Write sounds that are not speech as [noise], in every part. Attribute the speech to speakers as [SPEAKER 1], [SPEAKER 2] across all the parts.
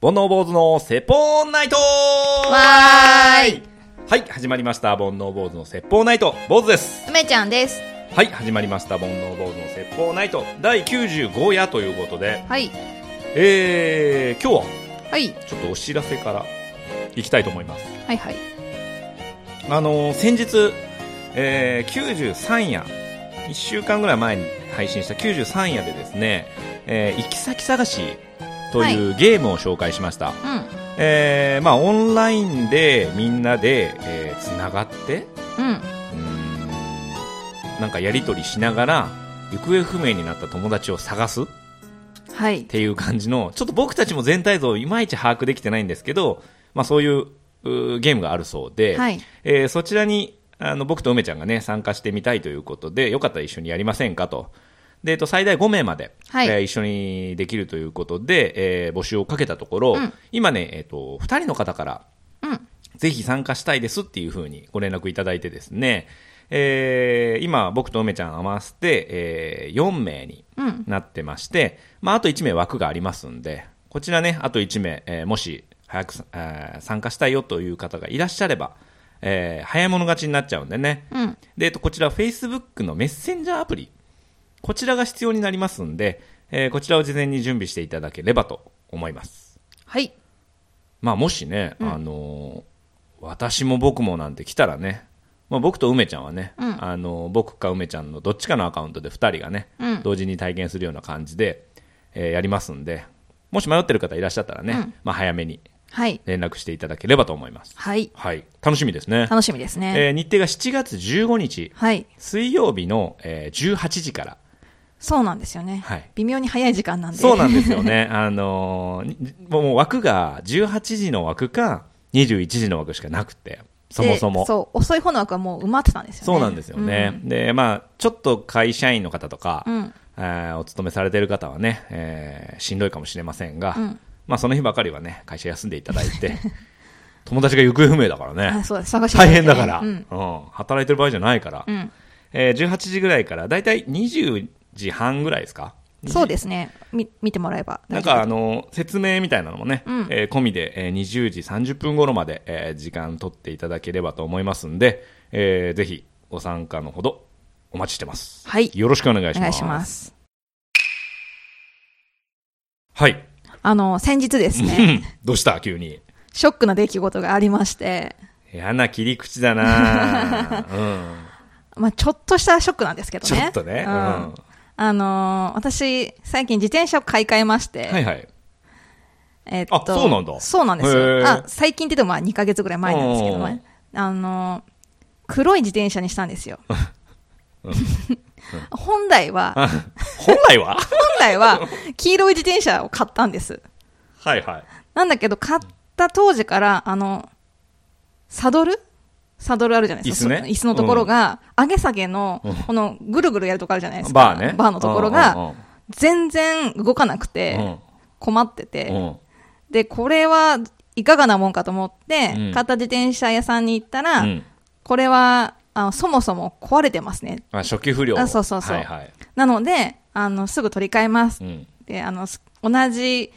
[SPEAKER 1] 煩悩坊主の説法ナイト
[SPEAKER 2] わーい
[SPEAKER 1] はい、始まりました。煩悩坊主の説法ナイト、坊主です。
[SPEAKER 2] 梅ちゃんです。
[SPEAKER 1] はい、始まりました。煩悩坊主の説法ナイト、第95夜ということで、
[SPEAKER 2] はい。
[SPEAKER 1] えー、今日は
[SPEAKER 2] はい。
[SPEAKER 1] ちょっとお知らせからいきたいと思います。
[SPEAKER 2] はいはい。
[SPEAKER 1] あのー先日、えー、93夜、1週間ぐらい前に配信した93夜でですね、えー、行き先探しというゲームを紹介しました。
[SPEAKER 2] う
[SPEAKER 1] えーまあ、オンラインでみんなで、えー、つながって
[SPEAKER 2] ん。うん。
[SPEAKER 1] うーんなんかやり取りしながら行方不明になった友達を探すっ
[SPEAKER 2] はい。
[SPEAKER 1] ていう感じのちょっと僕たちも全体像をいまいち把握できてないんですけど、まあ、そういううーゲームがあるそうで、
[SPEAKER 2] はい
[SPEAKER 1] えーそちらにあの僕と梅ちゃんが、ね、参加してみたいということでよかったら一緒にやりませんかと。でえっと、最大5名まで、
[SPEAKER 2] はい
[SPEAKER 1] えー一緒にできるということで、えー募集をかけたところ、
[SPEAKER 2] うん
[SPEAKER 1] 今ね、えっと、2人の方から
[SPEAKER 2] うん。
[SPEAKER 1] ぜひ参加したいですっていうふうにご連絡いただいてですね、えー今僕と梅ちゃん合わせて、え4名に
[SPEAKER 2] うん
[SPEAKER 1] なってまして、まあ、あと1名枠がありますんで、こちらね、あと1名、えーもし早くさ、えー参加したいよという方がいらっしゃれば、えー早い者勝ちになっちゃうんでね。
[SPEAKER 2] うん。
[SPEAKER 1] で、えっとこちら Facebook のメッセンジャーアプリ、こちらが必要になりますんで、えーこちらを事前に準備していただければと思います。
[SPEAKER 2] はい。
[SPEAKER 1] まあ、もしね、あのー私も僕もなんて来たらね、まあ、僕と梅ちゃんはね、あのー僕か梅ちゃんのどっちかのアカウントで2人がね、同時に体験するような感じで、えーやりますんでもし迷ってる方いらっしゃったらね、まあ、早めに
[SPEAKER 2] はい。
[SPEAKER 1] 連絡していただければと思います、
[SPEAKER 2] はい。
[SPEAKER 1] はい、楽しみですね、
[SPEAKER 2] 楽しみですね。
[SPEAKER 1] えー日程が7月15日
[SPEAKER 2] はい。
[SPEAKER 1] 水曜日の、えー18時から
[SPEAKER 2] そうなんですよね。
[SPEAKER 1] はい
[SPEAKER 2] 微妙に早い時間なんで。
[SPEAKER 1] そうなんですよね。 [laughs] あのーにもうもう枠が18時の枠か21時の枠しかなくて、そもそも。
[SPEAKER 2] でそう。遅い方の枠はもう埋まってたんですよね。
[SPEAKER 1] そうなんですよね。で、まあ、ちょっと会社員の方とか、
[SPEAKER 2] ん
[SPEAKER 1] えーお勤めされてる方はね、えーしんどいかもしれませんが、まあ、その日ばかりはね、会社休んでいただい
[SPEAKER 2] [laughs]
[SPEAKER 1] て、友達が行方不明だから
[SPEAKER 2] うん。あ
[SPEAKER 1] ね、
[SPEAKER 2] そうです。探して
[SPEAKER 1] 大変だから、
[SPEAKER 2] うん。
[SPEAKER 1] うん働いてる場合じゃないから、
[SPEAKER 2] うん。
[SPEAKER 1] えー18時ぐらいから、だいたい20時半ぐらいですか
[SPEAKER 2] そうですね。み、見てもらえば。
[SPEAKER 1] なんかあの説明みたいなのもね、
[SPEAKER 2] ん
[SPEAKER 1] えー込みで、えー20時30分頃まで、えー時間取っていただければと思いますんで、えーぜひご参加のほどお待ちしてます。
[SPEAKER 2] はい。
[SPEAKER 1] よろしくお願い
[SPEAKER 2] お
[SPEAKER 1] し
[SPEAKER 2] 願
[SPEAKER 1] ま
[SPEAKER 2] い
[SPEAKER 1] す。
[SPEAKER 2] します。
[SPEAKER 1] はい。
[SPEAKER 2] あの、先日です
[SPEAKER 1] う [laughs]
[SPEAKER 2] ね、
[SPEAKER 1] んどうした急に。
[SPEAKER 2] ショックな出来事がありまして、
[SPEAKER 1] 嫌な切り口だな、
[SPEAKER 2] [laughs]
[SPEAKER 1] うん、
[SPEAKER 2] まあちょっとしたショックなんですけど
[SPEAKER 1] ちょ
[SPEAKER 2] ね。
[SPEAKER 1] っとね。
[SPEAKER 2] う
[SPEAKER 1] うんん
[SPEAKER 2] あのー私、最近自転車を買い替えまして、
[SPEAKER 1] はいはい。
[SPEAKER 2] えっと、
[SPEAKER 1] あそうなんだ
[SPEAKER 2] そうなんです
[SPEAKER 1] へ
[SPEAKER 2] よ。
[SPEAKER 1] ー
[SPEAKER 2] あ、最近って言ってもまあ2ヶ月ぐらい前なんですけどね。あのー黒い自転車にした
[SPEAKER 1] [laughs]
[SPEAKER 2] んですよ。本来は、
[SPEAKER 1] あ本来
[SPEAKER 2] [laughs]
[SPEAKER 1] は
[SPEAKER 2] 本来は、黄色い自転車を買ったんです。
[SPEAKER 1] はいはい。
[SPEAKER 2] なんだけど、買った当時から、あの、サドルサドルあるじゃないですか。
[SPEAKER 1] 椅子ね
[SPEAKER 2] そ椅子のところが、上げ下げの、この、ぐるぐるやるとこあるじゃないですか。
[SPEAKER 1] バーね。
[SPEAKER 2] バーのところ
[SPEAKER 1] うんうん
[SPEAKER 2] が、全然動かなく
[SPEAKER 1] う
[SPEAKER 2] て
[SPEAKER 1] ん、
[SPEAKER 2] 困ってて、
[SPEAKER 1] うんうん
[SPEAKER 2] で、これはいかがなもんかと思って、
[SPEAKER 1] うん
[SPEAKER 2] 買った自転車屋さんに行ったら、
[SPEAKER 1] うん
[SPEAKER 2] これはあのそもそも壊れてますね。
[SPEAKER 1] あ初期不良。
[SPEAKER 2] あそうそうそう
[SPEAKER 1] はいはい。
[SPEAKER 2] なので、あのすぐ取り替えます。
[SPEAKER 1] うん
[SPEAKER 2] であのす同じ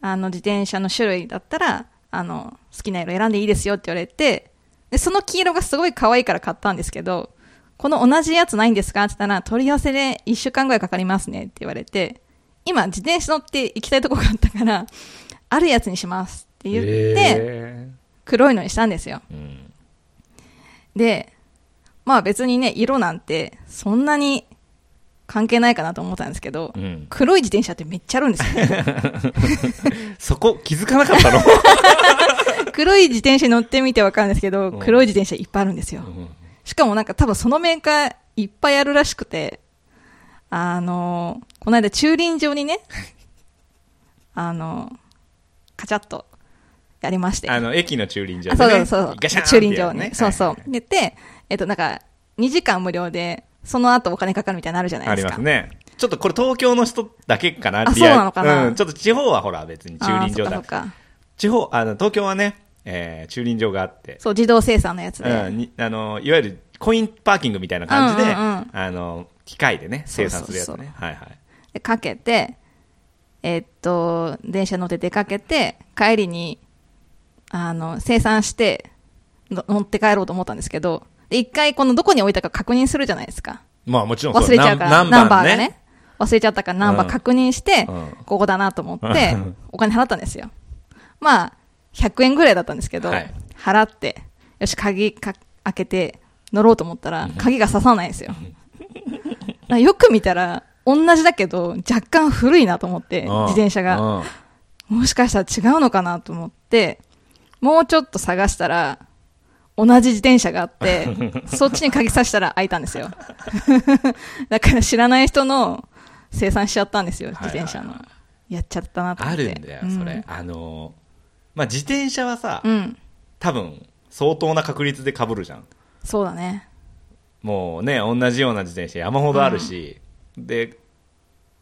[SPEAKER 2] あの自転車の種類だったらあの、好きな色選んでいいですよって言われてで、その黄色がすごい可愛いから買ったんですけど、この同じやつないんですかって言ったら、取り寄せで1週間ぐらいかかりますねって言われて、今、自転車乗って行きたいとこがあったから、あるやつにしますって言って、
[SPEAKER 1] え
[SPEAKER 2] 黒いのにしたんですよ。
[SPEAKER 1] ーうん
[SPEAKER 2] で、まあ別にね、色なんてそんなに関係ないかなと思ったんですけど、
[SPEAKER 1] うん
[SPEAKER 2] 黒い自転車ってめっちゃあるんですよ、ね。
[SPEAKER 1] そこ気づかなかっ
[SPEAKER 2] [laughs]
[SPEAKER 1] たの [laughs]
[SPEAKER 2] 黒い自転車に乗ってみてわかるんですけど、
[SPEAKER 1] ん
[SPEAKER 2] 黒い自転車いっぱいあるんですよ。しかもなんか多分そのメーカーいっぱいあるらしくて、あのこの間駐輪場にね、あのカチャッとやりまして。
[SPEAKER 1] あの、駅の駐輪場
[SPEAKER 2] あ
[SPEAKER 1] で
[SPEAKER 2] そう
[SPEAKER 1] ね、
[SPEAKER 2] そうそう
[SPEAKER 1] ガシャーンって
[SPEAKER 2] 駐輪場
[SPEAKER 1] や
[SPEAKER 2] ね
[SPEAKER 1] る。
[SPEAKER 2] そうそ
[SPEAKER 1] は
[SPEAKER 2] う
[SPEAKER 1] い。
[SPEAKER 2] で、でえっと、なんか、2時間無料で、その後お金かかるみたいなのあるじゃな
[SPEAKER 1] あ
[SPEAKER 2] い
[SPEAKER 1] り
[SPEAKER 2] です
[SPEAKER 1] ま
[SPEAKER 2] か。
[SPEAKER 1] すね。ちょっとこれ東京の人だけかな
[SPEAKER 2] あ
[SPEAKER 1] リアル
[SPEAKER 2] そうなのかな
[SPEAKER 1] うん、ちょっと地方はほら別に駐輪場
[SPEAKER 2] あーそ
[SPEAKER 1] だ
[SPEAKER 2] っかそっか。
[SPEAKER 1] 地方、あの、東京はね、えー駐輪場があって、
[SPEAKER 2] そう、自動生産のやつで。
[SPEAKER 1] うん、にあの、いわゆるコインパーキングみたいな感じで、
[SPEAKER 2] うんうんうん
[SPEAKER 1] あの、機械でね、生産するやつね。
[SPEAKER 2] そうそう
[SPEAKER 1] はいはい。
[SPEAKER 2] でかけて、えっと、電車乗って出かけて、帰りに、あの、生産して、の乗って帰ろうと思ったんですけど、で、一回このどこに置いたか確認するじゃないですか。
[SPEAKER 1] まあもちろん
[SPEAKER 2] 忘れちゃうから、ナンバーが
[SPEAKER 1] 番
[SPEAKER 2] ね。忘れちゃったからナンバ
[SPEAKER 1] う
[SPEAKER 2] ー
[SPEAKER 1] ん
[SPEAKER 2] 確認して、
[SPEAKER 1] うん
[SPEAKER 2] ここだなと思って
[SPEAKER 1] うん、
[SPEAKER 2] お金払ったんですよ。まあ、100円ぐらいだったんですけど、
[SPEAKER 1] はい
[SPEAKER 2] 払って、よし、鍵か開けて乗ろうと思ったら、鍵が刺さないんですよ。 [laughs] あよく見たら、同じだけど、若干古いなと思って、
[SPEAKER 1] うん
[SPEAKER 2] 自転車が。
[SPEAKER 1] うん
[SPEAKER 2] もしかしたら違うのかなと思って、もうちょっと探したら、同じ自転車があ
[SPEAKER 1] [laughs]
[SPEAKER 2] って、そっちに鍵さしたら開いたんですよ。 [laughs] だから知らない人の生産しちゃったんですよ、
[SPEAKER 1] はい
[SPEAKER 2] 自
[SPEAKER 1] はいはい
[SPEAKER 2] 転車の。やっちゃったなと思
[SPEAKER 1] あ
[SPEAKER 2] って。
[SPEAKER 1] るんだよ、それ。あのー、まあ自転車はさ
[SPEAKER 2] う、ん。うん。
[SPEAKER 1] 多分、相当な確率で被るじゃん。
[SPEAKER 2] そうだね。
[SPEAKER 1] もうね、同じような自転車山ほどあるし、で、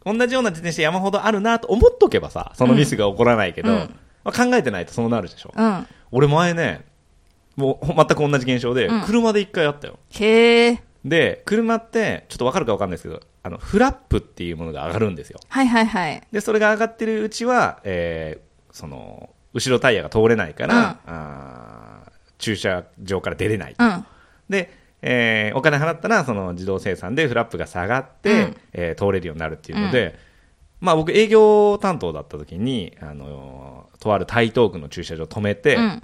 [SPEAKER 1] 同じような自転車山ほどあるなと思っとけばさ、そのミスが起こらないけど、
[SPEAKER 2] うん
[SPEAKER 1] まあ、考えてないとそうなるでしょ。
[SPEAKER 2] うん。
[SPEAKER 1] 俺前ね、もうほ全く同じ現象で、
[SPEAKER 2] うん
[SPEAKER 1] 車で一回あったよ。
[SPEAKER 2] へえ。
[SPEAKER 1] で、車って、ちょっとわかるかわかんないですけど、あの、フラップっていうものが上がるんですよ。
[SPEAKER 2] はいはいはい。
[SPEAKER 1] で、それが上がってるうちは、えーその、後ろタイヤが通れないから、あー駐車場から出れない。
[SPEAKER 2] うん。
[SPEAKER 1] で、えーお金払ったらその自動生産でフラップが下がって、
[SPEAKER 2] うん
[SPEAKER 1] えー通れるようになるっていうので、まあ、僕営業担当だった時に、あのーとある台東区の駐車場止めて、
[SPEAKER 2] うん。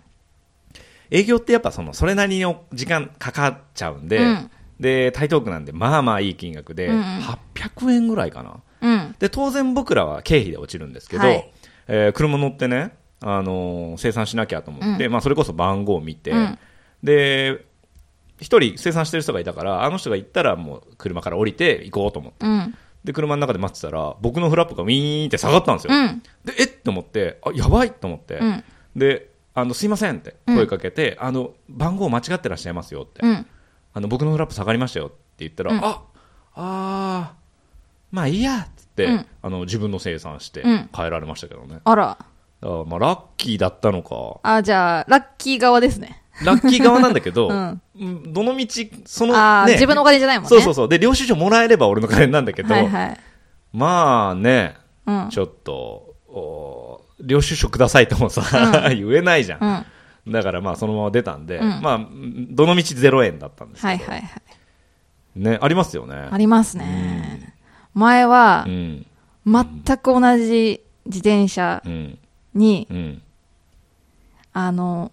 [SPEAKER 1] 営業ってやっぱそのそれなりに時間かかっちゃうんで,、
[SPEAKER 2] うん
[SPEAKER 1] で台東区なんでまあまあいい金額で、
[SPEAKER 2] うんうん
[SPEAKER 1] 800円ぐらいかな
[SPEAKER 2] うん。
[SPEAKER 1] で当然僕らは経費で落ちるんですけど、
[SPEAKER 2] はい
[SPEAKER 1] えー車乗ってね、あのー生産しなきゃと思って、まあ、それこそ番号を見て、
[SPEAKER 2] うん
[SPEAKER 1] で一人生産してる人がいたからあの人が行ったらもう車から降りて行こうと思って
[SPEAKER 2] うん。
[SPEAKER 1] で車の中で待ってたら僕のフラップがウィーンって下がったんですよ、
[SPEAKER 2] うん。
[SPEAKER 1] でえっと思ってあやばいと思って、
[SPEAKER 2] うん
[SPEAKER 1] であのすいませんって声かけて、あの番号間違ってらっしゃいますよって、
[SPEAKER 2] うん。
[SPEAKER 1] あの僕のフラップ下がりましたよって言ったら、
[SPEAKER 2] うん
[SPEAKER 1] ああーまあいいやっつって、
[SPEAKER 2] うん
[SPEAKER 1] あの自分の生産して
[SPEAKER 2] うん
[SPEAKER 1] 変えられましたけどね、
[SPEAKER 2] あ
[SPEAKER 1] だ
[SPEAKER 2] ら。
[SPEAKER 1] からまあラッキーだったのか
[SPEAKER 2] あ、じゃあ、ラッキー側ですね。
[SPEAKER 1] ラッキー側なんだけど、
[SPEAKER 2] [laughs] うん
[SPEAKER 1] うんどの道その、
[SPEAKER 2] あー
[SPEAKER 1] ね、
[SPEAKER 2] 自分のお金じゃないもんね。
[SPEAKER 1] そうそうそうで領収書もらえれば俺の金なんだけど、
[SPEAKER 2] はいはい。
[SPEAKER 1] まあね
[SPEAKER 2] うん。
[SPEAKER 1] ちょっとおー領収書くださいともさ、 [laughs] 言えないじゃん
[SPEAKER 2] う、ん。はい
[SPEAKER 1] だからまあそのまま出たんで、
[SPEAKER 2] うん
[SPEAKER 1] まあどの道0円だったんです
[SPEAKER 2] は
[SPEAKER 1] け
[SPEAKER 2] い
[SPEAKER 1] ど、
[SPEAKER 2] はい。
[SPEAKER 1] ねありますよね
[SPEAKER 2] ありますね。前は
[SPEAKER 1] う、ん
[SPEAKER 2] 全く同じ自転車
[SPEAKER 1] うん
[SPEAKER 2] に、
[SPEAKER 1] うん
[SPEAKER 2] あの、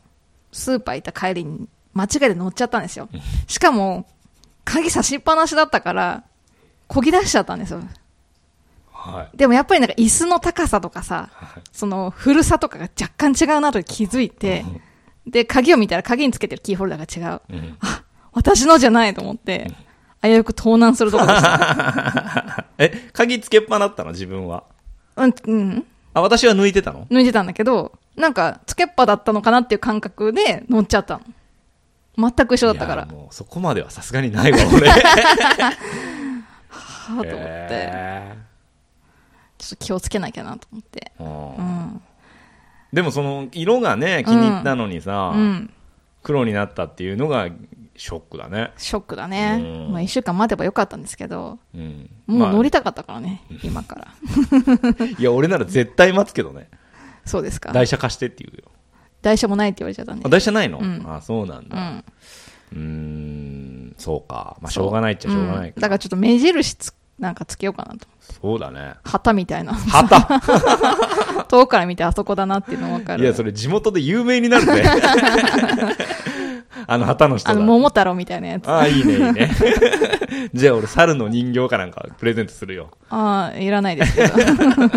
[SPEAKER 2] スーパー行った帰りに間違えて乗っちゃったんですよ。しかも、鍵差しっぱなしだったから、こぎ出しちゃったんですよ。
[SPEAKER 1] はい
[SPEAKER 2] でもやっぱりなんか椅子の高さとかさ、その古さとかが若干違うなと気づいて、で、鍵を見たら鍵につけてるキーホルダーが違う。
[SPEAKER 1] うん
[SPEAKER 2] 私のじゃないと思って、危うく盗難するところでした。
[SPEAKER 1] [laughs] え鍵つけっぱなったの自分は
[SPEAKER 2] うん、うん。
[SPEAKER 1] あ私は抜いてたの
[SPEAKER 2] 脱いでたんだけど、なんか、つけっぱだったのかなっていう感覚で乗っちゃったの。全く一緒だったから
[SPEAKER 1] いや。もうそこまではさすがにないわ
[SPEAKER 2] [laughs]
[SPEAKER 1] 俺
[SPEAKER 2] はぁと思って。
[SPEAKER 1] へ
[SPEAKER 2] ちょっと気をつけなきゃなと思って。
[SPEAKER 1] ーう
[SPEAKER 2] うんん。
[SPEAKER 1] でもその色がね気に入ったのにさ、
[SPEAKER 2] うん。
[SPEAKER 1] 黒になったっていうのがショックだね、
[SPEAKER 2] ショックだね
[SPEAKER 1] う。ん
[SPEAKER 2] まあ一週間待てばよかったんですけど、
[SPEAKER 1] うん、
[SPEAKER 2] もう乗り
[SPEAKER 1] ま
[SPEAKER 2] たかったからね、今から。
[SPEAKER 1] あいや俺なら絶対待つけどね
[SPEAKER 2] そうですか。
[SPEAKER 1] 台車貸してって言うよ
[SPEAKER 2] 台車もないって言われちゃったんで
[SPEAKER 1] あ。台車ないの、
[SPEAKER 2] うん
[SPEAKER 1] あそうなん
[SPEAKER 2] う
[SPEAKER 1] だ、
[SPEAKER 2] ん。
[SPEAKER 1] うーんそうか、まあ、し
[SPEAKER 2] そう
[SPEAKER 1] ょうがないっちゃしょうがない
[SPEAKER 2] ん
[SPEAKER 1] か、
[SPEAKER 2] だからちょっと目印つ、なんかつけようかなと。
[SPEAKER 1] そうだね
[SPEAKER 2] 旗みたいな。 [laughs]
[SPEAKER 1] 旗
[SPEAKER 2] 遠くから見てあそこだなっていうの分か
[SPEAKER 1] い
[SPEAKER 2] る。
[SPEAKER 1] やそれ地元で有名になる
[SPEAKER 2] [laughs]
[SPEAKER 1] ねあの旗の人
[SPEAKER 2] あ
[SPEAKER 1] だ
[SPEAKER 2] の、桃太郎みたいなやつ。
[SPEAKER 1] ああいいねいい
[SPEAKER 2] [laughs]
[SPEAKER 1] ねじゃあ俺猿の人形かなんかプレゼントするよ、
[SPEAKER 2] ああ、いらないですけど。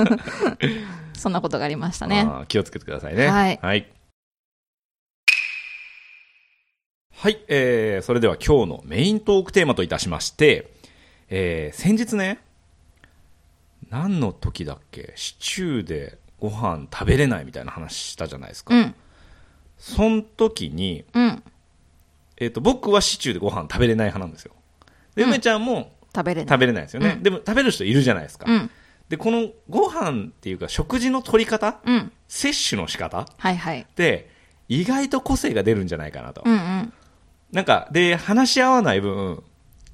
[SPEAKER 1] [laughs]
[SPEAKER 2] [laughs] そんなことがありましたね。
[SPEAKER 1] あー気をつけてくださいね
[SPEAKER 2] はい
[SPEAKER 1] はい、はいえーそれでは今日のメイントークテーマといたしまして、えー先日ね何の時だっけシチューでご飯食べれないみたいな話したじゃないですか、
[SPEAKER 2] うん、
[SPEAKER 1] その時に、
[SPEAKER 2] うん。
[SPEAKER 1] えー、と僕はシチューでご飯食べれない派なんですよで梅ちゃんも
[SPEAKER 2] 食べれない。
[SPEAKER 1] 食べれないですよね、でも食べる人いるじゃないですか、
[SPEAKER 2] うん、
[SPEAKER 1] でこのご飯っていうか食事の取り方
[SPEAKER 2] うん。
[SPEAKER 1] 摂取の仕方っ
[SPEAKER 2] はいはい。
[SPEAKER 1] て意外と個性が出るんじゃないかなと、
[SPEAKER 2] うん、うん。
[SPEAKER 1] なんかで話し合わない分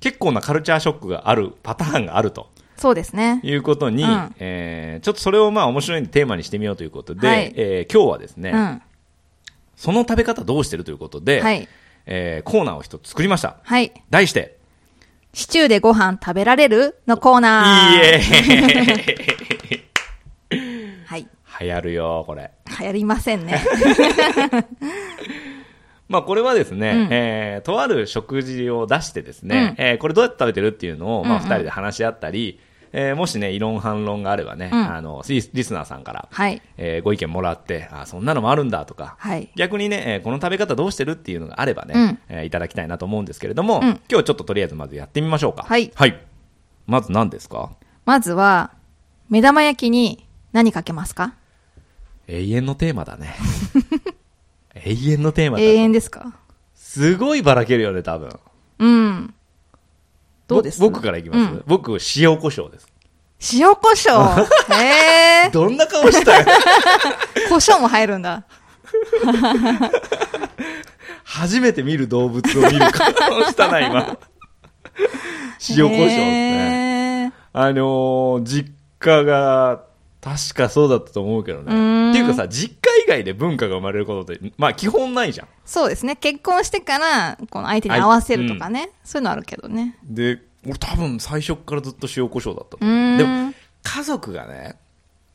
[SPEAKER 1] 結構なカルチャーショックがあるパターンがあると
[SPEAKER 2] そうですね。
[SPEAKER 1] いうことに、
[SPEAKER 2] うん
[SPEAKER 1] えーちょっとそれをまあ面白いんでテーマにしてみようということで、
[SPEAKER 2] はい
[SPEAKER 1] えー今日はですね、
[SPEAKER 2] うん。
[SPEAKER 1] その食べ方どうしてるということで、
[SPEAKER 2] はい。
[SPEAKER 1] えーコーナーを一つ作りました。
[SPEAKER 2] はい。
[SPEAKER 1] 題して、
[SPEAKER 2] シチューでご飯食べられるのコーナー。
[SPEAKER 1] いいえ
[SPEAKER 2] はい。
[SPEAKER 1] 流行るよ、これ。
[SPEAKER 2] 流行りませんね。 [laughs]
[SPEAKER 1] まあこれはですね、えーとある食事を出してですね、えーこれどうやって食べてるっていうのを、まあ二人で話し合ったり、えーもしね、異論反論があればね、あの、リスリスナーさんから、
[SPEAKER 2] はい。
[SPEAKER 1] えーご意見もらって、あ、そんなのもあるんだとか、
[SPEAKER 2] はい。
[SPEAKER 1] 逆にね、えーこの食べ方どうしてるっていうのがあればね、
[SPEAKER 2] うん
[SPEAKER 1] えーいただきたいなと思うんですけれども、
[SPEAKER 2] ん
[SPEAKER 1] 今日ちょっととりあえずまずやってみましょうか。
[SPEAKER 2] はい
[SPEAKER 1] まず何ですか
[SPEAKER 2] まずは、目玉焼きに何かけますか
[SPEAKER 1] 永遠のテーマだね。永遠のテーマだ。
[SPEAKER 2] 永遠ですか
[SPEAKER 1] すごいばらけるよね、多分。
[SPEAKER 2] うん。どうです
[SPEAKER 1] ぼ僕からいきます、僕、塩胡椒です。
[SPEAKER 2] 塩胡
[SPEAKER 1] [laughs]
[SPEAKER 2] 椒へえ。
[SPEAKER 1] どんな顔したよ
[SPEAKER 2] 胡椒も入るんだ。
[SPEAKER 1] [laughs] 初めて見る動物を見る顔したな、
[SPEAKER 2] [laughs]
[SPEAKER 1] 今。塩胡椒ですね。
[SPEAKER 2] ね。
[SPEAKER 1] あのー実家が、確かそうだったと思うけど
[SPEAKER 2] ー
[SPEAKER 1] ね。っていうかさ、実家以外で文化が生まれることって、まあ基本ないじゃん。
[SPEAKER 2] そうですね。結婚してから、この相手に合わせるとかね。そういうのあるけどね。
[SPEAKER 1] で、俺多分最初からずっと塩コショウだったと
[SPEAKER 2] うー
[SPEAKER 1] 思
[SPEAKER 2] ん
[SPEAKER 1] う。でも、家族がね、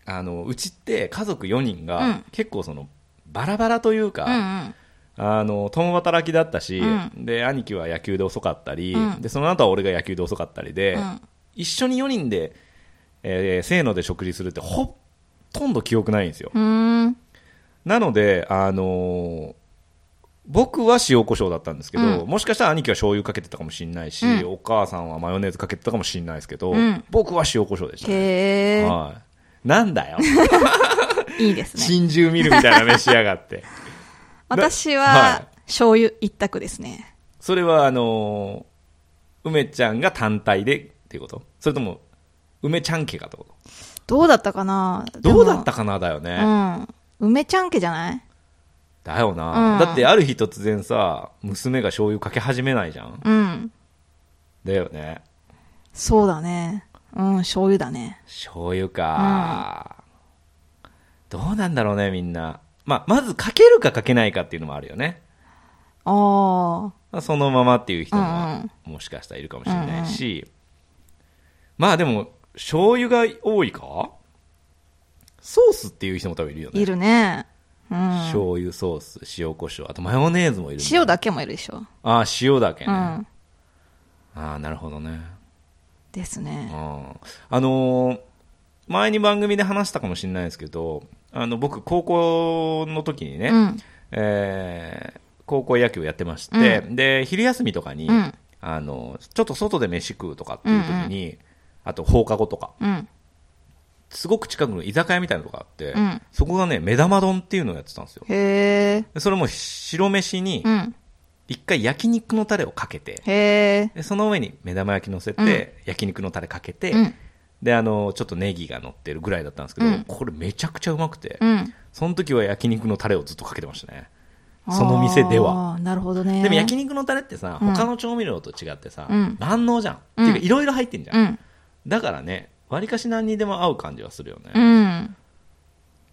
[SPEAKER 1] あの、うちって家族4人
[SPEAKER 2] う
[SPEAKER 1] が
[SPEAKER 2] ん、
[SPEAKER 1] 結構その、バラバラというか、
[SPEAKER 2] うんうん。
[SPEAKER 1] あの共働きだったし、
[SPEAKER 2] う
[SPEAKER 1] で兄貴は野球で遅かったり、
[SPEAKER 2] うん
[SPEAKER 1] でその後は俺が野球で遅かったりで、
[SPEAKER 2] うん
[SPEAKER 1] 一緒に4人で、えーせーので食事するってほとんど記憶ないんですよ、
[SPEAKER 2] うーん。
[SPEAKER 1] なので、あのー僕は塩コショウだったんですけど、
[SPEAKER 2] うん
[SPEAKER 1] もしかしたら兄貴は醤油かけてたかもしれないし、
[SPEAKER 2] うん
[SPEAKER 1] お母さんはマヨネーズかけてたかもしれないですけど、
[SPEAKER 2] うん
[SPEAKER 1] 僕は塩コショウでした、
[SPEAKER 2] へえ。
[SPEAKER 1] はい、なんだよ [laughs]
[SPEAKER 2] いいですね。
[SPEAKER 1] 珍獣見るみたいな飯やがっては
[SPEAKER 2] 私
[SPEAKER 1] い
[SPEAKER 2] は、醤油一択ですね。
[SPEAKER 1] それはあのー梅ちゃんが単体でっていうことそれとも梅ちゃん家かってこと
[SPEAKER 2] どうだったかな
[SPEAKER 1] どうだった
[SPEAKER 2] か
[SPEAKER 1] かなだよね、
[SPEAKER 2] うん。梅ちゃん家じゃない
[SPEAKER 1] だよな、
[SPEAKER 2] うん
[SPEAKER 1] だってある日突然さ娘が醤油かけ始めないじゃん
[SPEAKER 2] うん。
[SPEAKER 1] だよね
[SPEAKER 2] そうだね。うん、醤油だね。
[SPEAKER 1] 醤油か、どうなんだろうねみんな、まあ、まずかけるかかけないかっていうのもあるよね
[SPEAKER 2] ああ。
[SPEAKER 1] そのままっていう人も
[SPEAKER 2] うん
[SPEAKER 1] もしかしたらいるかもしれないし、まあでも醤油が多いかソースっていう人も多分いるよね
[SPEAKER 2] いるね。うん。
[SPEAKER 1] 醤油ソース塩コショウあとマヨネーズもいるんだ
[SPEAKER 2] 塩だけもいるでしょ。
[SPEAKER 1] ああ塩だけ
[SPEAKER 2] う
[SPEAKER 1] ね、あ
[SPEAKER 2] ん。
[SPEAKER 1] あなるほどね
[SPEAKER 2] です
[SPEAKER 1] うん
[SPEAKER 2] ね。
[SPEAKER 1] あのー前に番組で話したかもしれないですけどあの僕高校の時にね、
[SPEAKER 2] うん。
[SPEAKER 1] えー高校野球やってまして、で昼休みとかに、
[SPEAKER 2] うん
[SPEAKER 1] あのちょっと外で飯食うとかっていう時に、あと放課後とか
[SPEAKER 2] うん。
[SPEAKER 1] すごく近くの居酒屋みたいなのがあって、
[SPEAKER 2] うん
[SPEAKER 1] そこがね目玉丼っていうのをやってたんですよ
[SPEAKER 2] へえ。
[SPEAKER 1] でそれも白飯に
[SPEAKER 2] うん。
[SPEAKER 1] 一回焼肉のタレをかけて、
[SPEAKER 2] へえ。
[SPEAKER 1] でその上に目玉焼き乗せて、
[SPEAKER 2] うん
[SPEAKER 1] 焼肉のタレかけて、
[SPEAKER 2] うん。
[SPEAKER 1] であのちょっとネギが乗ってるぐらいだったんですけど、
[SPEAKER 2] うん
[SPEAKER 1] これめちゃくちゃうまくて、
[SPEAKER 2] うん。
[SPEAKER 1] その時は焼肉のタレをずっとかけてましたねその店では
[SPEAKER 2] あー。なるほどね。
[SPEAKER 1] でも焼肉のタレってさ、
[SPEAKER 2] うん
[SPEAKER 1] 他の調味料と違ってさ、
[SPEAKER 2] うん
[SPEAKER 1] 万能じゃん。
[SPEAKER 2] うん
[SPEAKER 1] っていうか、いろいろ入ってんじゃん。
[SPEAKER 2] うん。
[SPEAKER 1] だからね、わりかし何にでも合う感じはするよね。
[SPEAKER 2] うん。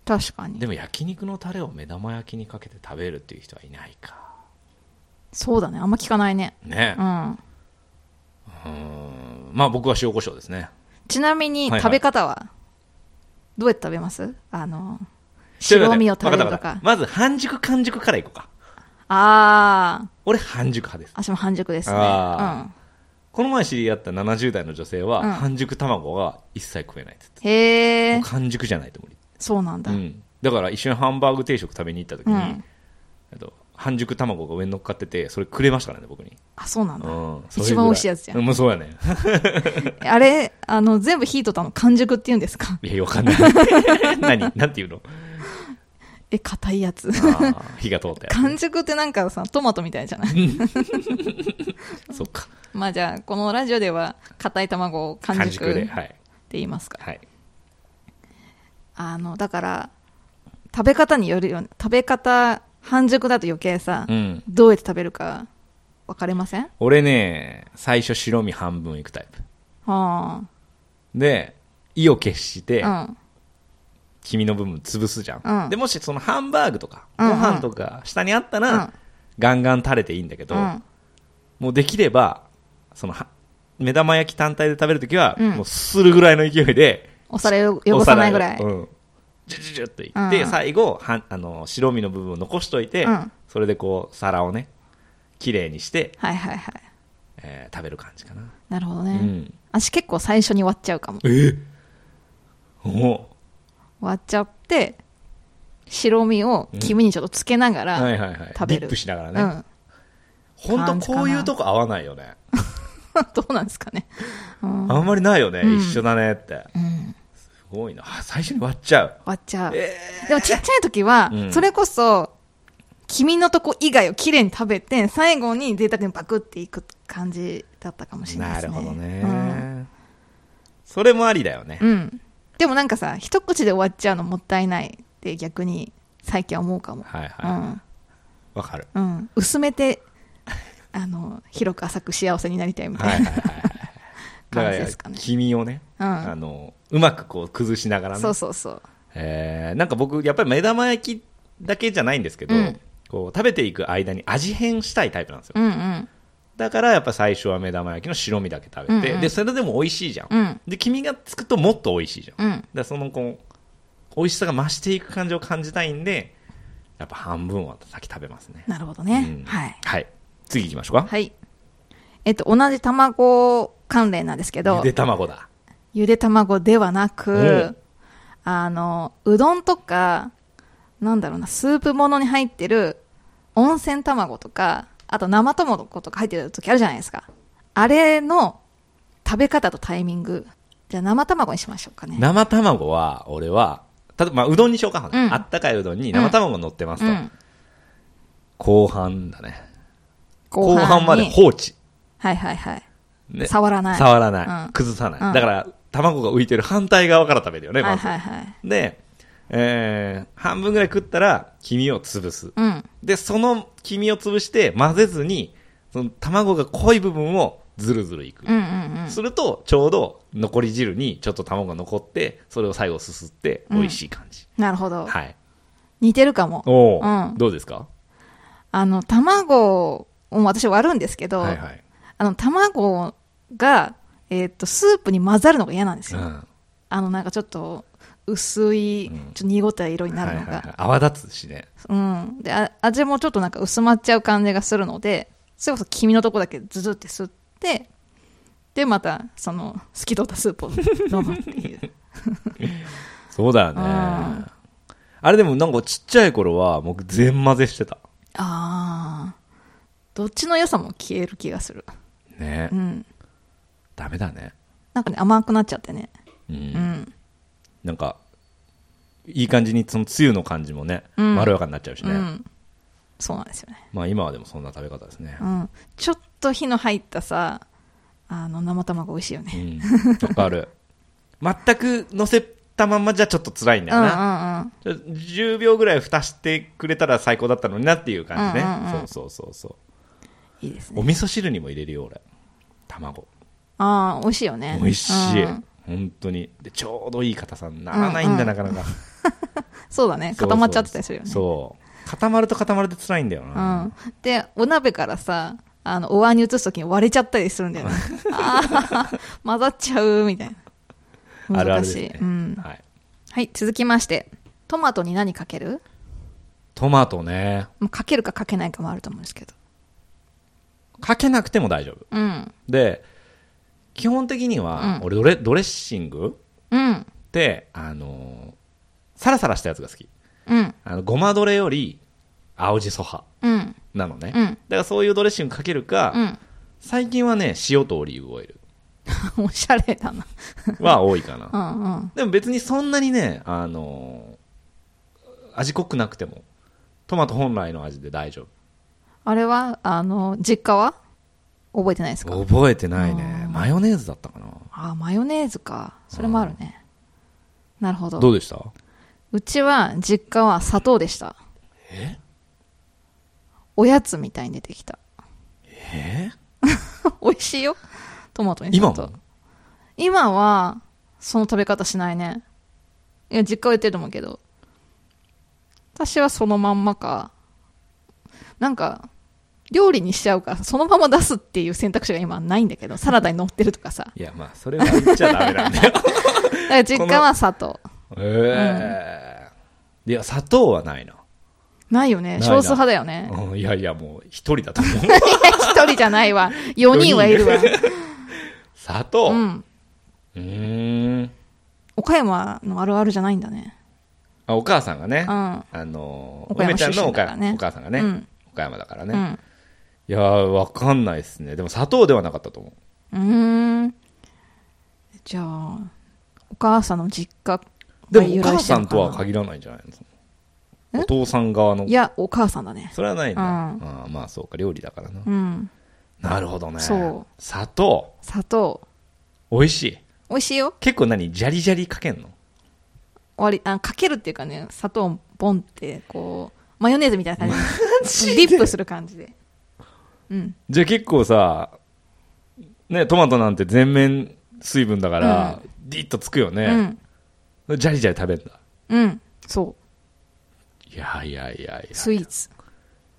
[SPEAKER 2] 確かに。
[SPEAKER 1] でも焼肉のタレを目玉焼きにかけて食べるっていう人はいないか。
[SPEAKER 2] そうだね。あんま聞かないね。
[SPEAKER 1] ね
[SPEAKER 2] う。ん。
[SPEAKER 1] うーんまあ僕は塩コショウですね。
[SPEAKER 2] ちなみに
[SPEAKER 1] はいはい
[SPEAKER 2] 食べ方は、どうやって食べますあの、白身を食べる
[SPEAKER 1] わ
[SPEAKER 2] と
[SPEAKER 1] ったわった
[SPEAKER 2] か。
[SPEAKER 1] まず半熟完熟からいこうか。
[SPEAKER 2] ああ。
[SPEAKER 1] 俺半熟派です。
[SPEAKER 2] 私も半熟ですね。うん
[SPEAKER 1] あ。この前知り合った70代の女性は、
[SPEAKER 2] うん
[SPEAKER 1] 半熟卵は一切食えないって言って
[SPEAKER 2] へ
[SPEAKER 1] た。
[SPEAKER 2] え
[SPEAKER 1] もう、完熟じゃないと無理。
[SPEAKER 2] そうなんだ。
[SPEAKER 1] う
[SPEAKER 2] うん。
[SPEAKER 1] ん。だから一緒にハンバーグ定食食べに行った時に、
[SPEAKER 2] うん
[SPEAKER 1] えっと、半熟卵が上に乗っかってて、それくれましたからね、僕に。
[SPEAKER 2] あ、そうなん
[SPEAKER 1] う
[SPEAKER 2] だ。
[SPEAKER 1] ん。
[SPEAKER 2] 一番
[SPEAKER 1] それぐら
[SPEAKER 2] 美味しいやつじゃん
[SPEAKER 1] うもうそうやね。
[SPEAKER 2] [laughs] あれ、あの、全部火とったの完熟って言うんですか
[SPEAKER 1] いや、わかんない。 [laughs] 何なんていうの
[SPEAKER 2] え、硬いやつ。
[SPEAKER 1] あー火が通ったや
[SPEAKER 2] 完熟ってなんかさ、トマトみたいじゃない
[SPEAKER 1] つ。そっか。
[SPEAKER 2] まあじゃあ、このラジオでは、硬い卵を完
[SPEAKER 1] 完
[SPEAKER 2] 熟
[SPEAKER 1] 熟
[SPEAKER 2] っ
[SPEAKER 1] で。
[SPEAKER 2] て
[SPEAKER 1] はい。
[SPEAKER 2] 言いますか。
[SPEAKER 1] はい。
[SPEAKER 2] あの、だから、食べ方によるよね。食べ方、半熟だと余計さ、
[SPEAKER 1] うん。
[SPEAKER 2] どうやって食べるか、分かれません
[SPEAKER 1] 俺ね、最初白身半分いくタイプ。
[SPEAKER 2] はあ。
[SPEAKER 1] で意を決して、
[SPEAKER 2] うん。
[SPEAKER 1] 黄身の部分潰すじゃん、
[SPEAKER 2] うん
[SPEAKER 1] でもしそのハンバーグとかご
[SPEAKER 2] うんうん
[SPEAKER 1] 飯とか下にあったら、
[SPEAKER 2] うん
[SPEAKER 1] ガンガン垂れていいんだけど、
[SPEAKER 2] うん。
[SPEAKER 1] もうできればそのは目玉焼き単体で食べるときは、
[SPEAKER 2] うん
[SPEAKER 1] もうするぐらいの勢いで
[SPEAKER 2] お皿を汚さないぐらい
[SPEAKER 1] お。皿をうん、ジュジュジュっていって、
[SPEAKER 2] うんうん
[SPEAKER 1] 最後はあの白身の部分を残しといて、
[SPEAKER 2] うん
[SPEAKER 1] それでこう皿をね綺麗にして、
[SPEAKER 2] はいはいはい。
[SPEAKER 1] えー食べる感じかな、
[SPEAKER 2] なるほど
[SPEAKER 1] う
[SPEAKER 2] ね。
[SPEAKER 1] ん
[SPEAKER 2] 私結構最初に割っちゃうかも。
[SPEAKER 1] お
[SPEAKER 2] 割っちゃって、白身を黄身にちょっとつけながら、
[SPEAKER 1] はいはいはい
[SPEAKER 2] 食べる
[SPEAKER 1] ディップしながら
[SPEAKER 2] う
[SPEAKER 1] ね、
[SPEAKER 2] ん。 [laughs]
[SPEAKER 1] ほん、本
[SPEAKER 2] 感じ
[SPEAKER 1] 当
[SPEAKER 2] かな
[SPEAKER 1] こういうとこ合わないよね
[SPEAKER 2] どうなんですかね。
[SPEAKER 1] あんまりないよね、一緒だねって、
[SPEAKER 2] ん
[SPEAKER 1] すごいなあ最初に割っちゃう
[SPEAKER 2] 割っちゃう。
[SPEAKER 1] え
[SPEAKER 2] でもちっちゃい時は、
[SPEAKER 1] うん
[SPEAKER 2] それこそ、君のとこ以外をきれいに食べて、最後に贅沢にバクっていく感じだったかもしれない
[SPEAKER 1] な
[SPEAKER 2] です
[SPEAKER 1] る
[SPEAKER 2] ね。
[SPEAKER 1] ほどね、
[SPEAKER 2] うん
[SPEAKER 1] それもありだよね、
[SPEAKER 2] うん。でもなんかさ、一口で終わっちゃうのもったいないって逆に最近は思うかも。
[SPEAKER 1] はいはいわ、かる
[SPEAKER 2] うん。うん。薄めて、あの、広く浅く幸せになりたいみ
[SPEAKER 1] はい
[SPEAKER 2] た
[SPEAKER 1] はいい
[SPEAKER 2] な
[SPEAKER 1] はいはいだ
[SPEAKER 2] [laughs] 感
[SPEAKER 1] か
[SPEAKER 2] じで
[SPEAKER 1] ら
[SPEAKER 2] すかね。
[SPEAKER 1] 黄身をね、
[SPEAKER 2] うん
[SPEAKER 1] あのうまくこう崩しながらね
[SPEAKER 2] そうそうそう。
[SPEAKER 1] えーなんか僕やっぱり目玉焼きだけじゃないんですけど、
[SPEAKER 2] うん
[SPEAKER 1] こう食べていく間に味変したいタイプなんですよ
[SPEAKER 2] うんうん。
[SPEAKER 1] だからやっぱ最初は目玉焼きの白身だけ食べて、
[SPEAKER 2] うんうん
[SPEAKER 1] でそれでも美味しいじゃん、
[SPEAKER 2] うん
[SPEAKER 1] で黄身がつくともっと美味しいじゃん
[SPEAKER 2] うん。
[SPEAKER 1] だからそのこう美味しさが増していく感じを感じたいんでやっぱ半分は先食べますね、
[SPEAKER 2] なるほど
[SPEAKER 1] う
[SPEAKER 2] ね
[SPEAKER 1] ん。
[SPEAKER 2] はい。
[SPEAKER 1] 次行きましょうか、
[SPEAKER 2] はい。えっと、同じ卵関連なんですけど
[SPEAKER 1] ゆで、卵だ
[SPEAKER 2] ゆで卵ではな
[SPEAKER 1] うん
[SPEAKER 2] く、あの、うどんとか、なんだろうな、スープものに入ってる温泉卵とか、あと生卵とか入ってる時あるじゃないですか。あれの食べ方とタイミング。じゃあ生卵にしましょうかね。
[SPEAKER 1] 生卵は俺はただまあうどんにしようか、
[SPEAKER 2] うん
[SPEAKER 1] あったかいうどんに生卵乗ってます
[SPEAKER 2] う
[SPEAKER 1] と、
[SPEAKER 2] ん。
[SPEAKER 1] 後半だね
[SPEAKER 2] 後
[SPEAKER 1] 後半
[SPEAKER 2] に
[SPEAKER 1] まで放置、
[SPEAKER 2] はいはいはい。
[SPEAKER 1] ね
[SPEAKER 2] 触らない。
[SPEAKER 1] 触らない、
[SPEAKER 2] うん
[SPEAKER 1] 崩さない、
[SPEAKER 2] うん
[SPEAKER 1] だから卵が浮いてる反対側から食べるよね
[SPEAKER 2] は
[SPEAKER 1] ま
[SPEAKER 2] い
[SPEAKER 1] ず、
[SPEAKER 2] はいはい。
[SPEAKER 1] で、えー半分ぐらい食ったら黄身を潰す
[SPEAKER 2] うん。
[SPEAKER 1] で、その黄身を潰して混ぜずに、その卵が濃い部分をずるずるいく。
[SPEAKER 2] うんうんうん。
[SPEAKER 1] すると、ちょうど残り汁にちょっと卵が残って、それを最後すすって、美味しい感じ。
[SPEAKER 2] なるほど。
[SPEAKER 1] はい。
[SPEAKER 2] 似てるかも。
[SPEAKER 1] おー
[SPEAKER 2] うん
[SPEAKER 1] どうですか
[SPEAKER 2] あの、卵を私割るんですけど、
[SPEAKER 1] はいはい。
[SPEAKER 2] あの、卵が、えーっと、スープに混ざるのが嫌なんです
[SPEAKER 1] う
[SPEAKER 2] よ。
[SPEAKER 1] ん。
[SPEAKER 2] あの、なんかちょっと、薄い、ちょっと濁った色にな
[SPEAKER 1] は
[SPEAKER 2] る
[SPEAKER 1] いは
[SPEAKER 2] の
[SPEAKER 1] い
[SPEAKER 2] が。
[SPEAKER 1] はい泡立つしね。
[SPEAKER 2] うん。であ、味もちょっとなんか薄まっちゃう感じがするので、それこそ黄身のとこだけズズって吸って、で、また、その、透き通ったスープを飲むって
[SPEAKER 1] [laughs]
[SPEAKER 2] いう。
[SPEAKER 1] そうだよ
[SPEAKER 2] うん
[SPEAKER 1] ね。あれでもなんかちっちゃい頃は、僕全混ぜしてた。
[SPEAKER 2] ああ。どっちの良さも消える気がする。
[SPEAKER 1] ね
[SPEAKER 2] う。ん。
[SPEAKER 1] ダメだね。
[SPEAKER 2] なんかね、甘くなっちゃってね。
[SPEAKER 1] う。
[SPEAKER 2] うんん。
[SPEAKER 1] なんか、いい感じにそのつゆの感じもね、
[SPEAKER 2] うん
[SPEAKER 1] まろやかになっちゃうし
[SPEAKER 2] う
[SPEAKER 1] ね。
[SPEAKER 2] ん。そうなんですよね。
[SPEAKER 1] まあ今はでもそんな食べ方ですね
[SPEAKER 2] う。ん、ちょっと火の入ったさあの生卵美味しいよ
[SPEAKER 1] う
[SPEAKER 2] ね
[SPEAKER 1] ん、
[SPEAKER 2] [laughs]
[SPEAKER 1] わかる。全く乗せたまんまじゃちょっと辛いんだ
[SPEAKER 2] うんう
[SPEAKER 1] よ
[SPEAKER 2] んうん
[SPEAKER 1] な。ちょ10秒ぐらい蓋してくれたら最高だったのになっていう感じね。
[SPEAKER 2] うんうんうん
[SPEAKER 1] そうそうそうそ
[SPEAKER 2] いいです
[SPEAKER 1] う。お
[SPEAKER 2] ね
[SPEAKER 1] 味噌汁にも入れるよ、俺。卵。
[SPEAKER 2] ああ美味しいよね
[SPEAKER 1] 美味しい。
[SPEAKER 2] うん
[SPEAKER 1] 本当に。で、ちょうどいい硬さにならないんだ、
[SPEAKER 2] うんう
[SPEAKER 1] なかなか。
[SPEAKER 2] そうだね
[SPEAKER 1] そうそう
[SPEAKER 2] 固まっちゃってたりするよね
[SPEAKER 1] そう。固まると固まるで辛いんだよ
[SPEAKER 2] う
[SPEAKER 1] な。
[SPEAKER 2] ん、でお鍋からさあのお椀に移す時に割れちゃったりするんだよね
[SPEAKER 1] [laughs]
[SPEAKER 2] ああ混ざっちゃうみたいな
[SPEAKER 1] あるある
[SPEAKER 2] 難
[SPEAKER 1] です
[SPEAKER 2] しい
[SPEAKER 1] ね。
[SPEAKER 2] うん、
[SPEAKER 1] はい。
[SPEAKER 2] はい続きましてトマトに何かける
[SPEAKER 1] トマトね。
[SPEAKER 2] もうかけるかかけないかもあると思うんですけど
[SPEAKER 1] かけなくても大丈夫。
[SPEAKER 2] うん
[SPEAKER 1] で、基本的には、
[SPEAKER 2] うん
[SPEAKER 1] 俺ドレ、ドレッシング
[SPEAKER 2] うん
[SPEAKER 1] で、あのーサラサラしたやつが好き。
[SPEAKER 2] うん
[SPEAKER 1] あの、ごまドレより、青じそ派
[SPEAKER 2] うん
[SPEAKER 1] なのね。
[SPEAKER 2] う
[SPEAKER 1] だか
[SPEAKER 2] ん
[SPEAKER 1] らそういうドレッシングかけるか、
[SPEAKER 2] うん [laughs]
[SPEAKER 1] 最近はね、塩とオリーブオイル
[SPEAKER 2] おしゃれだな
[SPEAKER 1] は多いかな。
[SPEAKER 2] うんうん
[SPEAKER 1] でも別にそんなにね、あのー味濃くなくても、トマト本来の味で大丈
[SPEAKER 2] あれはあの実家は覚えてないですか
[SPEAKER 1] 夫。覚えてないね。マヨネーズだったかな。
[SPEAKER 2] あマヨネーズかそれもあるねなるほど
[SPEAKER 1] どうでした
[SPEAKER 2] うちは実家は砂糖でした
[SPEAKER 1] え
[SPEAKER 2] おやつみたいに出てきた [laughs]
[SPEAKER 1] え
[SPEAKER 2] 美味しいよトマトに砂
[SPEAKER 1] 今
[SPEAKER 2] 糖
[SPEAKER 1] も
[SPEAKER 2] 今はその食べ方しないね。いや、実家はやってると思うけど。私はそのまんまか。なんか、料理にしちゃうから、そのまま出すっていう選択肢が今ないんだけど、サラダに乗ってるとかさ。
[SPEAKER 1] いやまあそれは言っちゃダメなん [laughs] だよ
[SPEAKER 2] だから実家は砂糖。
[SPEAKER 1] ええいや砂糖はないな、
[SPEAKER 2] ないよ
[SPEAKER 1] な
[SPEAKER 2] ね。
[SPEAKER 1] いな
[SPEAKER 2] 少数派だよね。
[SPEAKER 1] うん、いやいやもう一人だと思う
[SPEAKER 2] 一人じゃないわ。四人は
[SPEAKER 1] [laughs]
[SPEAKER 2] いるわ。
[SPEAKER 1] 砂糖
[SPEAKER 2] う。
[SPEAKER 1] うんーん
[SPEAKER 2] 岡山のあるあるじゃないんだね。
[SPEAKER 1] あお母さんがね、
[SPEAKER 2] うん。う
[SPEAKER 1] あの
[SPEAKER 2] 岡山
[SPEAKER 1] 梅ちゃんのお
[SPEAKER 2] 出身だか
[SPEAKER 1] 母
[SPEAKER 2] らね
[SPEAKER 1] お母さんがね、
[SPEAKER 2] うん
[SPEAKER 1] 岡山だからね、
[SPEAKER 2] ん。
[SPEAKER 1] いやーわかんないですねでも砂糖ではなかったと思う
[SPEAKER 2] うーん。じゃあ、お母さんの実家
[SPEAKER 1] で
[SPEAKER 2] が
[SPEAKER 1] もお
[SPEAKER 2] 由来
[SPEAKER 1] 母
[SPEAKER 2] して
[SPEAKER 1] さ
[SPEAKER 2] るの
[SPEAKER 1] ん
[SPEAKER 2] か
[SPEAKER 1] と
[SPEAKER 2] な
[SPEAKER 1] は限らないんじゃない
[SPEAKER 2] え
[SPEAKER 1] のお父さん側の
[SPEAKER 2] いや、お母さんだね。
[SPEAKER 1] それはないんだ、
[SPEAKER 2] うん
[SPEAKER 1] ああまあそうか料理だからな、
[SPEAKER 2] うん。
[SPEAKER 1] なるほどね
[SPEAKER 2] そう
[SPEAKER 1] 砂糖
[SPEAKER 2] 砂糖。
[SPEAKER 1] 美味しい
[SPEAKER 2] 美味しいよ。
[SPEAKER 1] 結構何ジャリジャリかけんの
[SPEAKER 2] 割り、あ、かけるっていうかね、砂糖をボンって、こう、マヨネーズみたいな感じ [laughs] で。ディップする感じで。うん。
[SPEAKER 1] じゃあ結構さねトマトなんて全面水分だから、ディッとつくよ
[SPEAKER 2] う
[SPEAKER 1] ね、
[SPEAKER 2] ん。
[SPEAKER 1] ジャリジャリ食べるんだ
[SPEAKER 2] うん。そ。
[SPEAKER 1] いやいやいやいうや
[SPEAKER 2] スイーツ。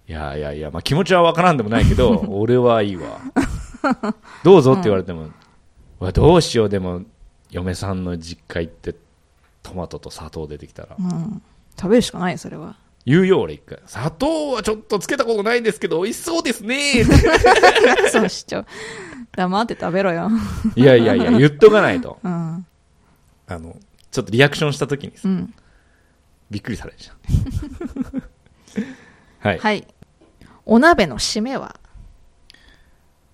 [SPEAKER 1] いやいやいや、まあ、気持ちはわからんでもないけ
[SPEAKER 2] [laughs]
[SPEAKER 1] ど俺はいいわどうぞって言われても、
[SPEAKER 2] [laughs]
[SPEAKER 1] うわどうしようでも嫁さんの実家行ってトマトと砂糖出てきたら、
[SPEAKER 2] うん。食べるしかないよ、それは。 [laughs]
[SPEAKER 1] 言うよ俺一回砂糖はちょっとつけたことないんですけど美味しそうです
[SPEAKER 2] [laughs]
[SPEAKER 1] ね
[SPEAKER 2] そうしちゃう。黙って食べろよ。
[SPEAKER 1] いやいやいや言っとかないと
[SPEAKER 2] うん。
[SPEAKER 1] あのちょっとリアクションした時に
[SPEAKER 2] う
[SPEAKER 1] さ
[SPEAKER 2] ん。
[SPEAKER 1] びっくりされるじゃん [laughs] はい、
[SPEAKER 2] はい。お鍋の締めは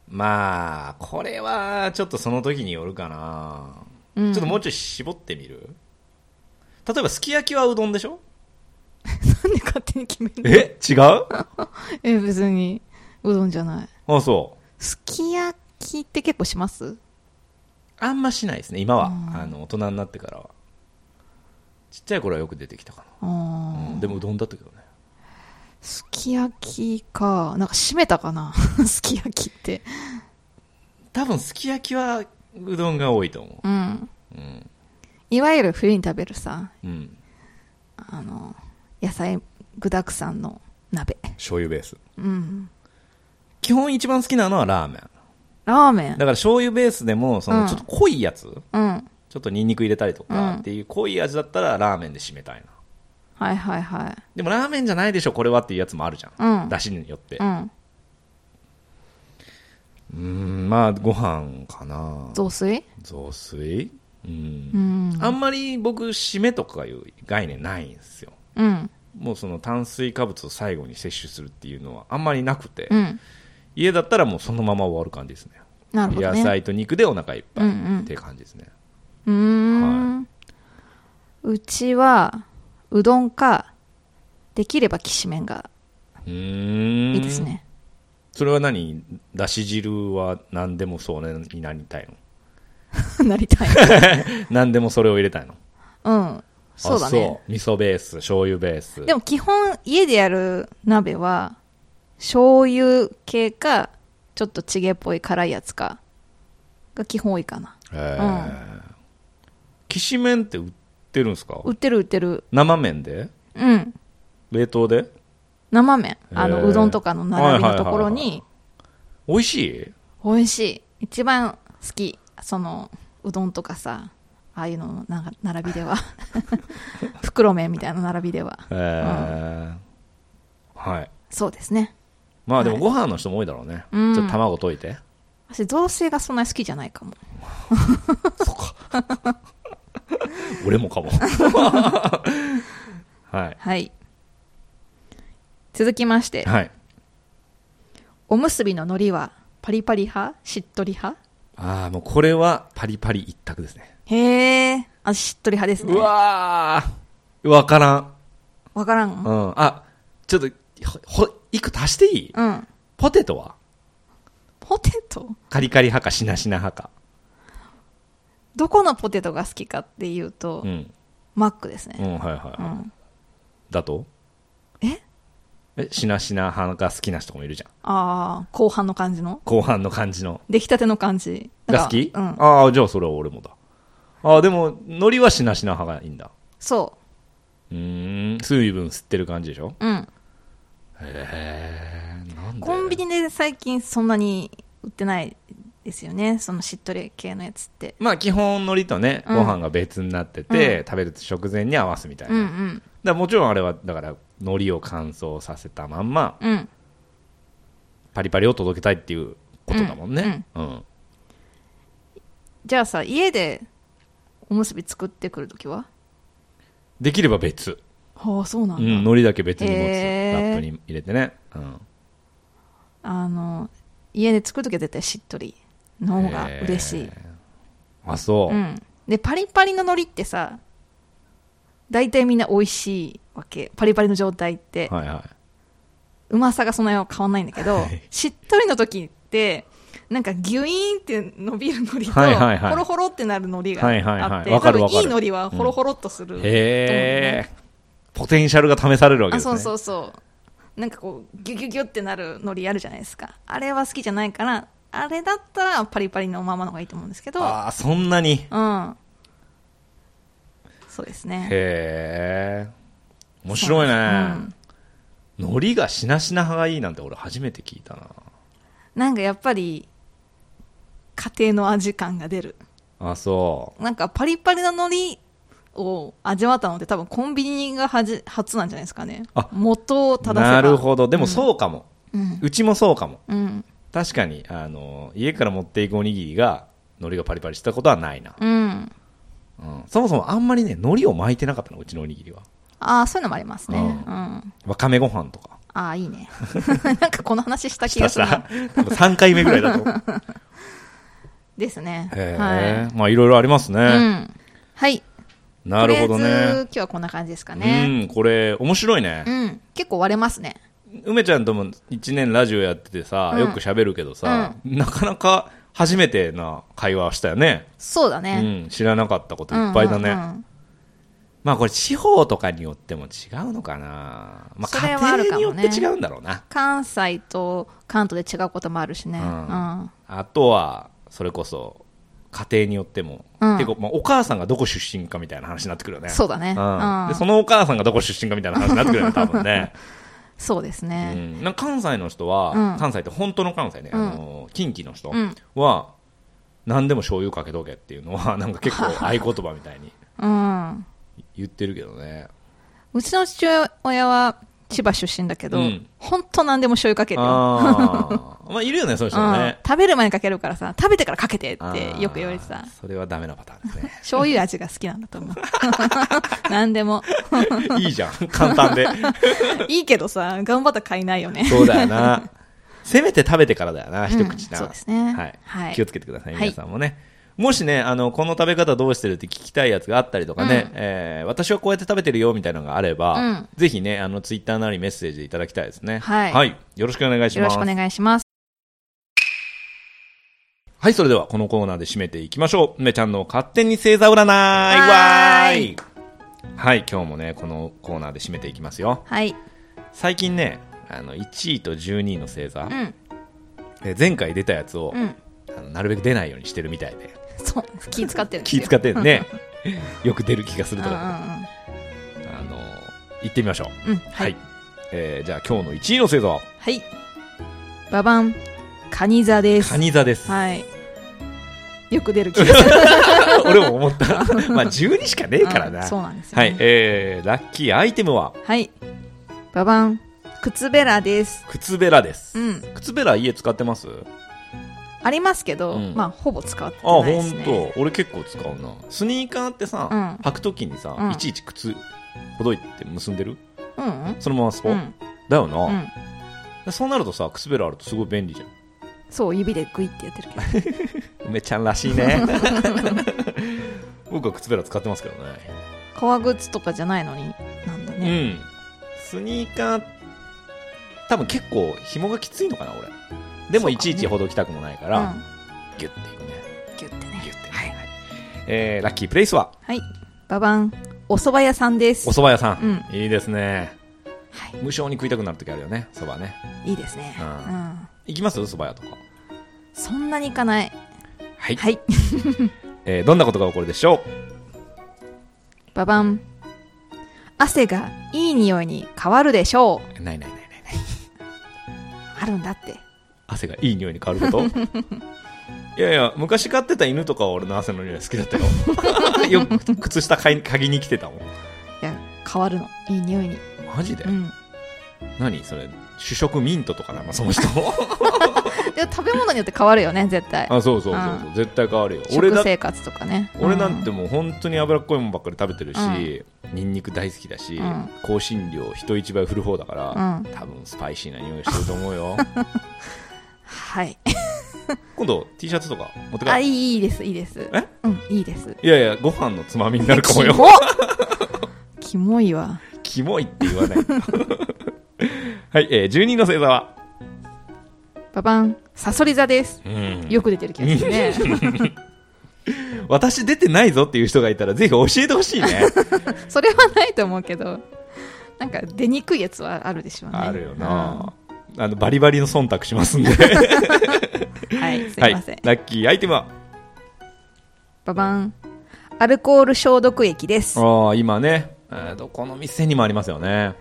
[SPEAKER 1] まあこれはちょっとその時によるかな、
[SPEAKER 2] うん
[SPEAKER 1] ちょっともうちょい絞ってみる例えばすき焼きはうどんでしょ
[SPEAKER 2] なんで勝手に決めるの
[SPEAKER 1] え違うあ
[SPEAKER 2] [laughs] え、別に、うどんじゃない。
[SPEAKER 1] そ
[SPEAKER 2] すき焼きって結構します
[SPEAKER 1] うあんましないですね今は
[SPEAKER 2] うん
[SPEAKER 1] あの大人になってからはちっちゃい頃はよく出てきたか
[SPEAKER 2] あ
[SPEAKER 1] な、
[SPEAKER 2] ー
[SPEAKER 1] うんでもうどんだったけどね
[SPEAKER 2] すき焼きか。なんか締めたかな [laughs] すき焼きって。
[SPEAKER 1] 多分すき焼きはうどんが多いと思
[SPEAKER 2] うん。
[SPEAKER 1] ううん、
[SPEAKER 2] いわゆる冬に食べるさ、
[SPEAKER 1] うん、
[SPEAKER 2] あの、野菜具沢山の鍋。
[SPEAKER 1] 醤油ベース
[SPEAKER 2] うん。
[SPEAKER 1] 基本一番好きなのはラーメン
[SPEAKER 2] ラーメ
[SPEAKER 1] だ
[SPEAKER 2] ン
[SPEAKER 1] か。ら醤油ベースでもそうの
[SPEAKER 2] ん
[SPEAKER 1] ちょっと濃いやつ、
[SPEAKER 2] うん。
[SPEAKER 1] ちょっとニンニク入れたりと
[SPEAKER 2] う
[SPEAKER 1] か
[SPEAKER 2] ん
[SPEAKER 1] っていう濃い味だったらラーメンで締めたいな
[SPEAKER 2] はいはいはい。
[SPEAKER 1] でもラーメンじゃないでしょこれはっていうやつもあるじゃ
[SPEAKER 2] うん
[SPEAKER 1] んだしによって
[SPEAKER 2] うん。
[SPEAKER 1] うんまあご飯かな
[SPEAKER 2] 雑炊
[SPEAKER 1] 雑炊うん
[SPEAKER 2] うん。
[SPEAKER 1] あんまり僕締めとかいう概念ないんですよ
[SPEAKER 2] うん。
[SPEAKER 1] もうその炭水化物を最後に摂取するっていうのはあんまりなくて、
[SPEAKER 2] うん。
[SPEAKER 1] 家だったらもうそのまま終わる感じですね
[SPEAKER 2] なるほど
[SPEAKER 1] 野
[SPEAKER 2] ね。
[SPEAKER 1] 菜と肉でお腹いっぱ
[SPEAKER 2] う
[SPEAKER 1] い
[SPEAKER 2] ん
[SPEAKER 1] っ
[SPEAKER 2] うん
[SPEAKER 1] ていう感じですね、
[SPEAKER 2] うーん、うちはうどんかできればきしめんが
[SPEAKER 1] うーん
[SPEAKER 2] いいですね
[SPEAKER 1] それは何だし汁は何でもそうになりたいの
[SPEAKER 2] な
[SPEAKER 1] [laughs]
[SPEAKER 2] りたい
[SPEAKER 1] 何でもそれを入れたいの
[SPEAKER 2] うんそうだね
[SPEAKER 1] あそう味噌ベース醤油ベース
[SPEAKER 2] でも基本家でやる鍋は醤油系かちょっとチゲっぽい辛いやつかが基本多いかな
[SPEAKER 1] へーきしめんって売ってるんですか
[SPEAKER 2] 売ってる売ってる
[SPEAKER 1] 生麺で
[SPEAKER 2] うん
[SPEAKER 1] 冷凍で
[SPEAKER 2] 生麺あの
[SPEAKER 1] へー
[SPEAKER 2] うどんとかの並びのところ
[SPEAKER 1] はいはい
[SPEAKER 2] に
[SPEAKER 1] 美味しい
[SPEAKER 2] 美味しい一番好きそのうどんとかさああいうののなんか並び
[SPEAKER 1] [laughs]
[SPEAKER 2] では袋麺みたいな並びでは
[SPEAKER 1] えーはい
[SPEAKER 2] そうですね
[SPEAKER 1] まあでもご飯の人も多いだろうね、
[SPEAKER 2] うん
[SPEAKER 1] ちょっと卵溶いて
[SPEAKER 2] 私雑炊がそんなに好きじゃないかも
[SPEAKER 1] 俺もか
[SPEAKER 2] [laughs]
[SPEAKER 1] もはい
[SPEAKER 2] はい続きまして
[SPEAKER 1] はい
[SPEAKER 2] おむすびの海苔はパリパリ派しっとり派
[SPEAKER 1] ああもうこれはパリパリ一択ですね
[SPEAKER 2] へえあしっとり派ですね
[SPEAKER 1] うわーわからん
[SPEAKER 2] わから
[SPEAKER 1] うんんあちょっとほほ一個足していい
[SPEAKER 2] うん
[SPEAKER 1] ポテトは
[SPEAKER 2] ポテト
[SPEAKER 1] カリカリ派かしなしな派か
[SPEAKER 2] どこのポテトが好きかっていうと、
[SPEAKER 1] うん
[SPEAKER 2] マックですね
[SPEAKER 1] うんはいはい、
[SPEAKER 2] う
[SPEAKER 1] はい
[SPEAKER 2] ん
[SPEAKER 1] だと
[SPEAKER 2] え
[SPEAKER 1] えしなしな派が好きな人もいるじゃん
[SPEAKER 2] ああ後半の感じの
[SPEAKER 1] 後半の感じの
[SPEAKER 2] 出来たての感じなん
[SPEAKER 1] が
[SPEAKER 2] か
[SPEAKER 1] 好き、
[SPEAKER 2] うん
[SPEAKER 1] ああじゃあそれは俺もだあでも海苔はしなしな派がいいんだ
[SPEAKER 2] そう
[SPEAKER 1] ーん水分吸ってる感じでしょ
[SPEAKER 2] う。うん。
[SPEAKER 1] へえなんで
[SPEAKER 2] コンビニで最近そんなに売ってないですよね。そのしっとり系のやつって。
[SPEAKER 1] まあ基本海苔とね
[SPEAKER 2] うん
[SPEAKER 1] ご飯が別になってて、食べる食前に合わすみたいな、
[SPEAKER 2] うんう
[SPEAKER 1] だか
[SPEAKER 2] ん。
[SPEAKER 1] らもちろんあれはだから海苔を乾燥させたまんま
[SPEAKER 2] うん。
[SPEAKER 1] パリパリを届けたいっていうことだもんねうん、
[SPEAKER 2] じゃあさ、家でおむすび作ってくるときは
[SPEAKER 1] できれば別
[SPEAKER 2] はあ、そうな
[SPEAKER 1] うん、海
[SPEAKER 2] んだ。
[SPEAKER 1] 苔だけ別に持つ、
[SPEAKER 2] へー
[SPEAKER 1] ラップに入れてね、うん、
[SPEAKER 2] あの、家で作るときは絶対しっとりの方が嬉しい
[SPEAKER 1] へ。あそう、
[SPEAKER 2] うん。で、パリパリの海苔ってさ、大体みんな美味しいわけ。パリパリの状態って。
[SPEAKER 1] はいは
[SPEAKER 2] うまさがそんなに変わんないんだけど、
[SPEAKER 1] はい
[SPEAKER 2] しっとりの時って、なんかギュイーンって伸びる海苔と、
[SPEAKER 1] はいはいはい
[SPEAKER 2] ホロホロってなる海苔があって、
[SPEAKER 1] はいはいはいわ
[SPEAKER 2] 多
[SPEAKER 1] かる
[SPEAKER 2] 分
[SPEAKER 1] わかる
[SPEAKER 2] いい海苔はホロホロっとする、
[SPEAKER 1] いへえ、ポテンシャルが試されるわけ
[SPEAKER 2] あ
[SPEAKER 1] ですね
[SPEAKER 2] そうそうそうなんかこうギュギュギュってなる海苔あるじゃないですかあれは好きじゃないからあれだったらパリパリのままの方がいいと思うんですけど
[SPEAKER 1] ああそんなにへ
[SPEAKER 2] うんそうですね
[SPEAKER 1] え面白いね、海苔がしなしな派がいいなんて俺初めて聞いたな
[SPEAKER 2] なんかやっぱり家庭の味感が出る
[SPEAKER 1] あそ
[SPEAKER 2] なんかパリパリの海苔を味わったのって多分コンビニがはじ初なんじゃないですかね
[SPEAKER 1] あ
[SPEAKER 2] 元を正
[SPEAKER 1] う
[SPEAKER 2] せば
[SPEAKER 1] なるほどでもそうかも、
[SPEAKER 2] う、ん
[SPEAKER 1] うちもそうかも
[SPEAKER 2] うん
[SPEAKER 1] 確かにあの家から持っていくおにぎりが海苔がパリパリしたことはないな、
[SPEAKER 2] う
[SPEAKER 1] う
[SPEAKER 2] ん、
[SPEAKER 1] ん、そもそもあんまりね海苔を巻いてなかったのうちのおにぎりは
[SPEAKER 2] ああそういうのもありますね、
[SPEAKER 1] う
[SPEAKER 2] うんん
[SPEAKER 1] わかめご飯とか
[SPEAKER 2] ああいいね [laughs] なんかこの話した
[SPEAKER 1] し
[SPEAKER 2] 気
[SPEAKER 1] た
[SPEAKER 2] が
[SPEAKER 1] し
[SPEAKER 2] する
[SPEAKER 1] た [laughs] 多
[SPEAKER 2] な
[SPEAKER 1] 分3回目ぐらい
[SPEAKER 2] [laughs]
[SPEAKER 1] だと思う
[SPEAKER 2] ですね
[SPEAKER 1] へ
[SPEAKER 2] は
[SPEAKER 1] え、まあいろいろあります
[SPEAKER 2] い、う
[SPEAKER 1] ね、
[SPEAKER 2] んはい、
[SPEAKER 1] なるほど
[SPEAKER 2] とりあえず
[SPEAKER 1] ね
[SPEAKER 2] 今日はこんな感じですか
[SPEAKER 1] う
[SPEAKER 2] ね
[SPEAKER 1] んこれ面白いね
[SPEAKER 2] うん、結構割れますね
[SPEAKER 1] 梅ちゃんとも1年ラジオやっててさ、
[SPEAKER 2] うん
[SPEAKER 1] よく喋るけどさ、なかなか初めてな会話したよね、
[SPEAKER 2] そうだ
[SPEAKER 1] う
[SPEAKER 2] ね、
[SPEAKER 1] ん、知らなかったこといっぱいだね、
[SPEAKER 2] うんうんうん
[SPEAKER 1] まあこれ地方とかによっても違うのかな、ま
[SPEAKER 2] そ
[SPEAKER 1] あ、
[SPEAKER 2] れはあ
[SPEAKER 1] 家
[SPEAKER 2] る
[SPEAKER 1] 庭
[SPEAKER 2] か
[SPEAKER 1] によ
[SPEAKER 2] も
[SPEAKER 1] っ
[SPEAKER 2] ね
[SPEAKER 1] て違うんだろうな
[SPEAKER 2] 関西と関東で違うこともあるしね、
[SPEAKER 1] う
[SPEAKER 2] うんん
[SPEAKER 1] あとはそれこそ家庭によっても、
[SPEAKER 2] うん
[SPEAKER 1] 結構、まあ、お母さんがどこ出身かみたいな話になってくるよね
[SPEAKER 2] そうだね、
[SPEAKER 1] うん
[SPEAKER 2] うん
[SPEAKER 1] でそのお母さんがどこ出身かみたいな話になってくるよね多分ね、
[SPEAKER 2] そうです
[SPEAKER 1] う
[SPEAKER 2] ね、
[SPEAKER 1] ん、なんか関西の人は、
[SPEAKER 2] うん
[SPEAKER 1] 関西って本当の関西ね、
[SPEAKER 2] うん
[SPEAKER 1] あの近畿の人
[SPEAKER 2] うん
[SPEAKER 1] は、何でも醤油かけとけっていうのは [laughs] なんか
[SPEAKER 2] [laughs]
[SPEAKER 1] 結構合言葉みたいに
[SPEAKER 2] うん、
[SPEAKER 1] 言ってるけどね
[SPEAKER 2] うちの父親は千葉出身だけど、
[SPEAKER 1] うん
[SPEAKER 2] 本当何でも醤油かけてよ、
[SPEAKER 1] あ
[SPEAKER 2] [laughs]
[SPEAKER 1] ーまあいるよねそういう人も
[SPEAKER 2] うん
[SPEAKER 1] ね、
[SPEAKER 2] 食べる前にかけるからさ食べてからかけてっ
[SPEAKER 1] あー
[SPEAKER 2] てよく言われてた
[SPEAKER 1] それはダメなパターンですね
[SPEAKER 2] 醤油味が好きなんだと思う [laughs] 何でも
[SPEAKER 1] いいじゃん、簡単
[SPEAKER 2] [laughs]
[SPEAKER 1] で。
[SPEAKER 2] いいけどさ頑張ったら買いないよね
[SPEAKER 1] そうだよな。せめて食べてからだよな、 [laughs] 一口な。
[SPEAKER 2] うんそうですね
[SPEAKER 1] はい。
[SPEAKER 2] はい
[SPEAKER 1] 気をつけてください、
[SPEAKER 2] はい
[SPEAKER 1] 皆さんもね。もしね、あの、この食べ方どうしてるって聞きたいやつがあったりとかね、
[SPEAKER 2] うん
[SPEAKER 1] えー私はこうやって食べてるよみたいなのがあれば、
[SPEAKER 2] うん
[SPEAKER 1] ぜひね、あの、ツイッターなりメッセージいただきたいですね。
[SPEAKER 2] はい
[SPEAKER 1] よろしくお願いし
[SPEAKER 2] よろ
[SPEAKER 1] ま
[SPEAKER 2] し
[SPEAKER 1] す
[SPEAKER 2] くお。願いします
[SPEAKER 1] はい、それではこのコーナーで締めていきましょう。梅ちゃんの勝手に星座占い。わ
[SPEAKER 2] わ
[SPEAKER 1] ー
[SPEAKER 2] ー
[SPEAKER 1] い。はい、今日もね、このコーナーで締めていきますよ。
[SPEAKER 2] はい
[SPEAKER 1] 最近ね、あの、1位と12位の星座、
[SPEAKER 2] うん
[SPEAKER 1] えー前回出たやつを、
[SPEAKER 2] うん
[SPEAKER 1] あのなるべく出ないようにしてるみたいで
[SPEAKER 2] そう気使ってるんです
[SPEAKER 1] 気
[SPEAKER 2] よ
[SPEAKER 1] 使ってる
[SPEAKER 2] [laughs]
[SPEAKER 1] ねよく出る気がする
[SPEAKER 2] うん
[SPEAKER 1] と
[SPEAKER 2] うんうん
[SPEAKER 1] か、あの行ってみましょう
[SPEAKER 2] うん
[SPEAKER 1] は、
[SPEAKER 2] はいい
[SPEAKER 1] えーじゃあ今日の1位の星座は
[SPEAKER 2] はいババンカニ座です
[SPEAKER 1] カニ座です、
[SPEAKER 2] はいよく出る気がする
[SPEAKER 1] [laughs] 俺も思ったま
[SPEAKER 2] [laughs]
[SPEAKER 1] あ12しかねえからな、
[SPEAKER 2] うんそうなんですよ、ね、
[SPEAKER 1] はいえー、ラッキーアイテムは
[SPEAKER 2] はい。ババン。靴べらです。
[SPEAKER 1] 靴べらです、
[SPEAKER 2] うん。
[SPEAKER 1] 靴べら家使ってます
[SPEAKER 2] ありますけど、
[SPEAKER 1] うん
[SPEAKER 2] まあ、ほぼ使って
[SPEAKER 1] あ本
[SPEAKER 2] ないですね。
[SPEAKER 1] 当。俺結構使うなスニーカーってさ、
[SPEAKER 2] うん
[SPEAKER 1] 履くときにさ、
[SPEAKER 2] うん
[SPEAKER 1] いちいち靴ほどいて結んでる
[SPEAKER 2] 当。うん
[SPEAKER 1] そのままスポ
[SPEAKER 2] う
[SPEAKER 1] ッ、
[SPEAKER 2] ん。
[SPEAKER 1] だよな
[SPEAKER 2] う、ん。
[SPEAKER 1] そうなるとさ靴べらあるとすごい便利じゃん
[SPEAKER 2] そう、指でグイってやってるけど。
[SPEAKER 1] [laughs] 梅ちゃんらしいね
[SPEAKER 2] [laughs]
[SPEAKER 1] [laughs] 僕は靴べら使ってますけどね
[SPEAKER 2] 革靴とかじゃないのに、なんだね。
[SPEAKER 1] うんスニーカー多分結構紐がきついのかな俺でも
[SPEAKER 2] そうかもね
[SPEAKER 1] いちいちほどきたくもないか
[SPEAKER 2] う
[SPEAKER 1] ら、
[SPEAKER 2] ん。
[SPEAKER 1] ギュッていくね
[SPEAKER 2] ギュって
[SPEAKER 1] ギュ
[SPEAKER 2] ね。
[SPEAKER 1] ッてね、はいえーラッキープレイスは
[SPEAKER 2] はい。ババン。お蕎麦屋さんです
[SPEAKER 1] お。蕎麦屋さん、
[SPEAKER 2] う
[SPEAKER 1] いいですね
[SPEAKER 2] は
[SPEAKER 1] 無性に食いたくなる時あるよね蕎麦ね
[SPEAKER 2] い。いいですね。
[SPEAKER 1] う
[SPEAKER 2] うんん。
[SPEAKER 1] 行きます蕎麦屋とか
[SPEAKER 2] そんなにいかない。
[SPEAKER 1] はい、
[SPEAKER 2] はい。
[SPEAKER 1] えーどんなことが起こるでしょう
[SPEAKER 2] ババン。汗がいい匂いに変わるでしょう。
[SPEAKER 1] ないないないないない
[SPEAKER 2] あるんだって。
[SPEAKER 1] 汗がいい匂いに変わること [laughs] いやいや昔飼ってた犬とかは俺の汗の匂い好きだった [laughs] よよく靴下買い鍵に来てたもん
[SPEAKER 2] いや、変わるの。いい匂いに。
[SPEAKER 1] マジで、
[SPEAKER 2] うん。
[SPEAKER 1] 何それ主食ミントとかなのその [laughs] 人
[SPEAKER 2] でも食べ物によって変わるよね、絶対。
[SPEAKER 1] あそうそうそう
[SPEAKER 2] あ
[SPEAKER 1] そう絶対変わるよ俺
[SPEAKER 2] 食
[SPEAKER 1] だ
[SPEAKER 2] 生活とかね。
[SPEAKER 1] 俺なんて
[SPEAKER 2] う
[SPEAKER 1] もう本当に脂っこいもんばっかり食べてるし、ニンニク大好きだし、
[SPEAKER 2] うん
[SPEAKER 1] 香辛料人一倍振る方だから、
[SPEAKER 2] うん
[SPEAKER 1] 多分スパイシーな匂いしてると思う
[SPEAKER 2] [laughs]
[SPEAKER 1] よ
[SPEAKER 2] はい。
[SPEAKER 1] 今度 T シャツとか持って帰
[SPEAKER 2] あ、
[SPEAKER 1] る
[SPEAKER 2] いい、いいです、いいです。
[SPEAKER 1] え
[SPEAKER 2] うん、いいです。
[SPEAKER 1] いやいやご飯のつまみになるかも
[SPEAKER 2] キ [laughs]
[SPEAKER 1] よ
[SPEAKER 2] モキモいわ。
[SPEAKER 1] キモいって言わない [laughs] はい、えー、12の星座は
[SPEAKER 2] ババン。サソリ座です。
[SPEAKER 1] うん
[SPEAKER 2] よく出てる気がするね。
[SPEAKER 1] [laughs] 私出てないぞっていう人がいたらぜひ教えてほしい
[SPEAKER 2] [laughs]
[SPEAKER 1] ね
[SPEAKER 2] それはないと思うけど、なんか出にくいやつはあるでしょうね。
[SPEAKER 1] あるよな、あのバリバリの忖度し
[SPEAKER 2] [laughs]
[SPEAKER 1] ますんです
[SPEAKER 2] うん。はい、すいません。
[SPEAKER 1] はい、ラッキーアイテムは
[SPEAKER 2] ババン。アルコール消毒液です。
[SPEAKER 1] ああ今ね、えー、どこの店にもありますよね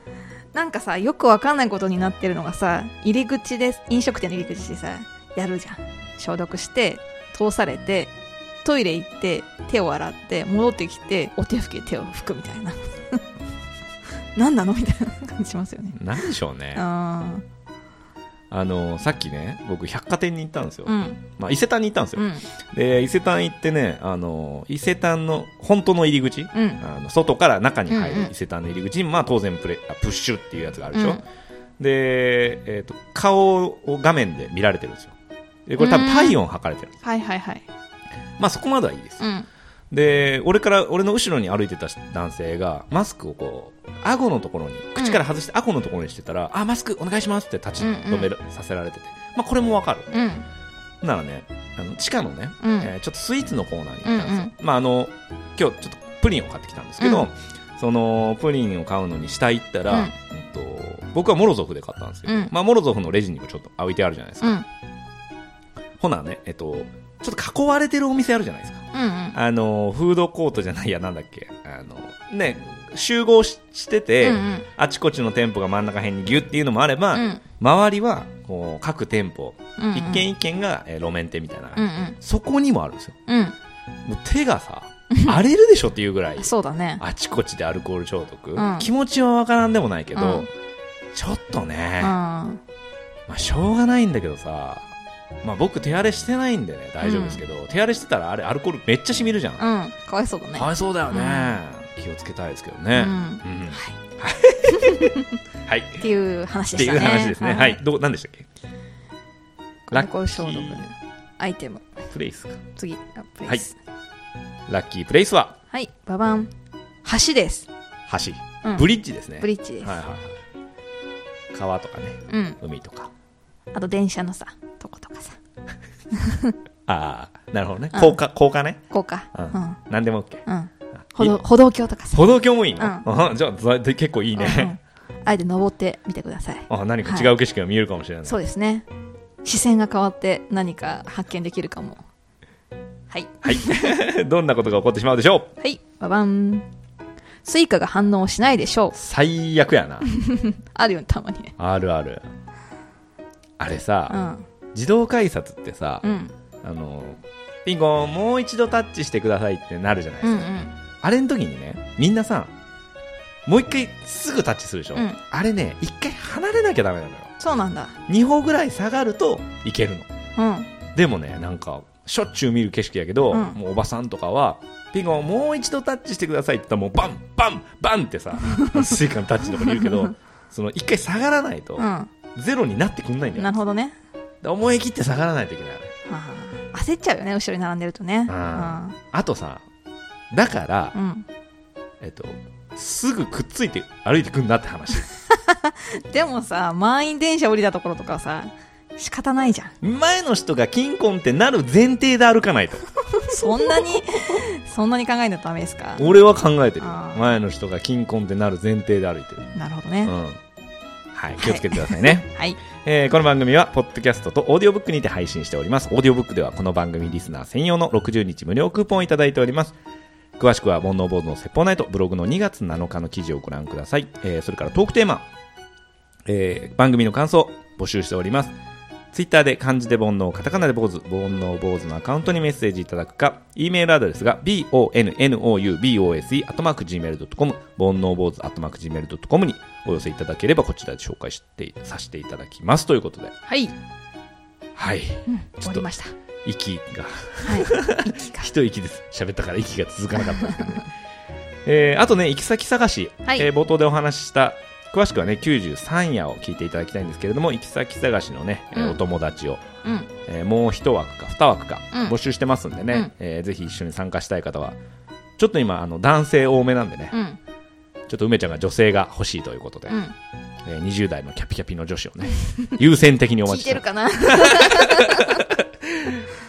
[SPEAKER 2] なんかさ、よくわかんないことになってるのがさ、入り口で、飲食店の入り口でさ、やるじゃん。消毒して、通されて、トイレ行って、手を洗って、戻ってきて、お手拭きで手を拭くみたいな。 [laughs] なんなのみたいな感じしますよね。
[SPEAKER 1] なんでしょうね
[SPEAKER 2] あ
[SPEAKER 1] あのさっきね僕百貨店に行ったんですよ、
[SPEAKER 2] ーうん。
[SPEAKER 1] まあ、伊勢丹に行ったんですよ、
[SPEAKER 2] うん。
[SPEAKER 1] で伊勢丹行ってねあの伊勢丹の本当の入り口、
[SPEAKER 2] うん。
[SPEAKER 1] あの外から中に入
[SPEAKER 2] うんう
[SPEAKER 1] る
[SPEAKER 2] ん
[SPEAKER 1] 伊勢丹の入り口に、まあ、当然プレあプッシュっていうやつがあるでしょ、
[SPEAKER 2] うん
[SPEAKER 1] で、えー、と顔を画面で見られてるんですよでこれ多分
[SPEAKER 2] うん
[SPEAKER 1] 体温測れてるんです
[SPEAKER 2] はいはいはい。
[SPEAKER 1] まあそこまではいいです、
[SPEAKER 2] うん。
[SPEAKER 1] で俺から俺の後ろに歩いてた男性がマスクをこう顎のところに口から外して顎のところにしてたら、あマスクお願いしますって立ち止める、させられてて、まあ、これもわかる
[SPEAKER 2] うん。
[SPEAKER 1] ならねあの地下のね、
[SPEAKER 2] うん
[SPEAKER 1] えーちょっとスイーツのコーナーに行ったんですよ、
[SPEAKER 2] うん
[SPEAKER 1] まああの今日ちょっとプリンを買ってきたんですけど、
[SPEAKER 2] うん
[SPEAKER 1] そのプリンを買うのに下行ったら、
[SPEAKER 2] うん
[SPEAKER 1] うんと僕はモロゾフで買ったんですけど、
[SPEAKER 2] うん
[SPEAKER 1] まあ、モロゾフのレジにもちょっと置いてあるじゃないです
[SPEAKER 2] う
[SPEAKER 1] か、
[SPEAKER 2] ん。うん。
[SPEAKER 1] ほなね、えっと、ちょっと囲われてるお店あるじゃないですか
[SPEAKER 2] うん。
[SPEAKER 1] あのフードコートじゃないやなんだっけあのね集合ししてて、
[SPEAKER 2] うんうん
[SPEAKER 1] あちこちの店舗が真ん中辺にギュっていうのもあれば、
[SPEAKER 2] うん
[SPEAKER 1] 周りはこう各店舗、
[SPEAKER 2] うんうん
[SPEAKER 1] 一軒一軒が、えー路面店みたいな感じ
[SPEAKER 2] うんうん。
[SPEAKER 1] そこにもあるんですよ。
[SPEAKER 2] うん。
[SPEAKER 1] もう手がさ、荒れるでしょっていうぐらい、
[SPEAKER 2] そうだね。
[SPEAKER 1] あちこちでアルコール消毒。
[SPEAKER 2] うん
[SPEAKER 1] 気持ちはわからんでもないけど、
[SPEAKER 2] うん
[SPEAKER 1] ちょっとね、
[SPEAKER 2] うん。あ
[SPEAKER 1] まあしょうがないんだけどさ、まあ僕手荒れしてないんでね、大丈夫ですけど、手荒れしてたらあれアルコールめっちゃ染みるじゃん。
[SPEAKER 2] ーうん。かわいそうだね。
[SPEAKER 1] かわいそうだよね、気をつけたいですけどね。
[SPEAKER 2] うん
[SPEAKER 1] うん
[SPEAKER 2] はい。
[SPEAKER 1] はい。っ
[SPEAKER 2] っていう話
[SPEAKER 1] て
[SPEAKER 2] [laughs] でし
[SPEAKER 1] い
[SPEAKER 2] た
[SPEAKER 1] う
[SPEAKER 2] ね。
[SPEAKER 1] 話ですね。はい。どう、何でしたっけ
[SPEAKER 2] ラッコ消毒
[SPEAKER 1] ラッ
[SPEAKER 2] アイテム。
[SPEAKER 1] キープレイスか。
[SPEAKER 2] 次、あプレイス。
[SPEAKER 1] ラッキープレイスは、
[SPEAKER 2] はい、ババン。橋です。
[SPEAKER 1] 橋。
[SPEAKER 2] うん
[SPEAKER 1] ブリッジですね。
[SPEAKER 2] ブリッジです。
[SPEAKER 1] はいはいはい。川とかね、
[SPEAKER 2] うん。
[SPEAKER 1] 海とか。
[SPEAKER 2] あと電車のさ、とことかさ。
[SPEAKER 1] ああ、なるほどね。
[SPEAKER 2] うん
[SPEAKER 1] 高架、高架ね。
[SPEAKER 2] こうか。
[SPEAKER 1] う
[SPEAKER 2] うんん。。
[SPEAKER 1] 何でも OK。
[SPEAKER 2] うん。
[SPEAKER 1] あ
[SPEAKER 2] 歩
[SPEAKER 1] い
[SPEAKER 2] 道歩道橋とかさ。
[SPEAKER 1] 歩道橋もいいのあじゃあざ、結構いい
[SPEAKER 2] うんうん
[SPEAKER 1] ね。
[SPEAKER 2] あえて登ってみてください。
[SPEAKER 1] あ何か
[SPEAKER 2] はい
[SPEAKER 1] 違う景色が見えるかもしれない。
[SPEAKER 2] そうですね。視線が変わって何か発見できるかも。はい。
[SPEAKER 1] はい。 [laughs] どんなことが起こってしまうでしょう
[SPEAKER 2] はい、ババン。スイカが反応しないでしょ
[SPEAKER 1] 最悪やな。
[SPEAKER 2] う。あるよね、たまにね。
[SPEAKER 1] あるある。あれ
[SPEAKER 2] う
[SPEAKER 1] さ、
[SPEAKER 2] ん。
[SPEAKER 1] 自動改札ってさ
[SPEAKER 2] う、ん。
[SPEAKER 1] あの、ピンコン、もう一度タッチしてくださいってなるじゃないで
[SPEAKER 2] うんう
[SPEAKER 1] す
[SPEAKER 2] ん
[SPEAKER 1] か。。あれの時にね、みんなさ、もう一回すぐタッチするでしょ
[SPEAKER 2] うん
[SPEAKER 1] あれね、一回離れなきゃダメなのよ。
[SPEAKER 2] そうなんだ。
[SPEAKER 1] 2歩ぐらい下がるといけるの。
[SPEAKER 2] うん。
[SPEAKER 1] でもね、なんか、しょっちゅう見る景色やけど、
[SPEAKER 2] うん
[SPEAKER 1] もうおばさんとかは、ピンコンもう一度タッチしてくださいって言ったらもうバンバンバンって
[SPEAKER 2] [laughs]
[SPEAKER 1] さ、スイカのタッチのとこにいるけど、その一回下がらないと
[SPEAKER 2] う、ん。
[SPEAKER 1] ゼロになってくんないんだよ。
[SPEAKER 2] なるほどね。
[SPEAKER 1] で思い切って下がらないといけないよね。
[SPEAKER 2] あー焦っちゃうよね後ろに並んでるとね
[SPEAKER 1] ああとさ、だから
[SPEAKER 2] う、ん、
[SPEAKER 1] えっと、すぐくっついて歩いてくんなって話。
[SPEAKER 2] でもさ満員電車降りたところとかさ仕方ないじゃん
[SPEAKER 1] 前の人が金婚ってなる前提で歩かないと。
[SPEAKER 2] そんなにそんなに考えないとダメですか
[SPEAKER 1] 俺は考えてるよ
[SPEAKER 2] あ。ー
[SPEAKER 1] 前の人が金婚ってなる前提で歩いてる。
[SPEAKER 2] なるほど
[SPEAKER 1] う
[SPEAKER 2] ね、
[SPEAKER 1] ん。ははい、気をつけてくださいね。
[SPEAKER 2] はい。
[SPEAKER 1] えーこの番組は、ポッドキャストとオーディオブックにて配信しております。オーディオブックでは、この番組リスナー専用の60日無料クーポンをいただいております。詳しくは、煩悩坊主の説法ナイトブログの2月7日の記事をご覧ください。えーそれからトークテーマ、えー番組の感想、募集しております。ツイッターで漢字で煩悩、カタカナで坊主、煩悩坊主のアカウントにメッセージいただくか、e メールアドレスが bonoubose、アトマーク gmail.com、煩悩坊主、アトマーク gmail.com にお寄せいただければ、こちらで紹介して、させていただきます。ということで、
[SPEAKER 2] はい。
[SPEAKER 1] はい、ち
[SPEAKER 2] 終
[SPEAKER 1] ょ
[SPEAKER 2] わ
[SPEAKER 1] っ
[SPEAKER 2] り
[SPEAKER 1] と
[SPEAKER 2] ました。
[SPEAKER 1] 息が、 [laughs]
[SPEAKER 2] はい。息が。
[SPEAKER 1] 一息です。喋ったから息が続かなかったですけどね。 [laughs] えーあとね、行き先探し、
[SPEAKER 2] はい
[SPEAKER 1] えー冒頭でお話しした、詳しくはね、93夜を聞いていただきたいんですけれども、行き先探しのね、えー
[SPEAKER 2] うん
[SPEAKER 1] お友達を、
[SPEAKER 2] うん。
[SPEAKER 1] えーもう一枠か二枠か
[SPEAKER 2] うん
[SPEAKER 1] 募集してますんでね、
[SPEAKER 2] うん
[SPEAKER 1] えーぜひ一緒に参加したい方はちょっと今あの男性多めなんでね、
[SPEAKER 2] うん。
[SPEAKER 1] ちょっと梅ちゃんが女性が欲しいということで、
[SPEAKER 2] うん。
[SPEAKER 1] えー20代のキャピキャピの女子をね [laughs] 優先的にお
[SPEAKER 2] 聞
[SPEAKER 1] 待
[SPEAKER 2] い
[SPEAKER 1] ちして
[SPEAKER 2] て
[SPEAKER 1] ま
[SPEAKER 2] る
[SPEAKER 1] す
[SPEAKER 2] かな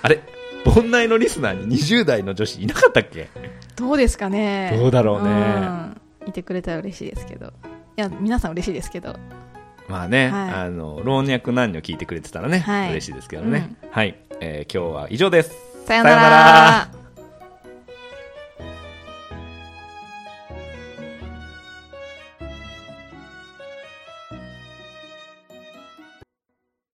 [SPEAKER 1] あれ盆内のリスナーに20代の女子いなかったっけ
[SPEAKER 2] どうですかね。
[SPEAKER 1] どうだろうね
[SPEAKER 2] うん。いてくれたら嬉しいですけど。いや、皆さん嬉しいですけど。
[SPEAKER 1] まあね、
[SPEAKER 2] はい
[SPEAKER 1] あの老若男女聞いてくれてたらね、
[SPEAKER 2] はい
[SPEAKER 1] 嬉しいですけどね、はい、えー今日は以上です
[SPEAKER 2] さよな
[SPEAKER 1] さよなら
[SPEAKER 2] ら。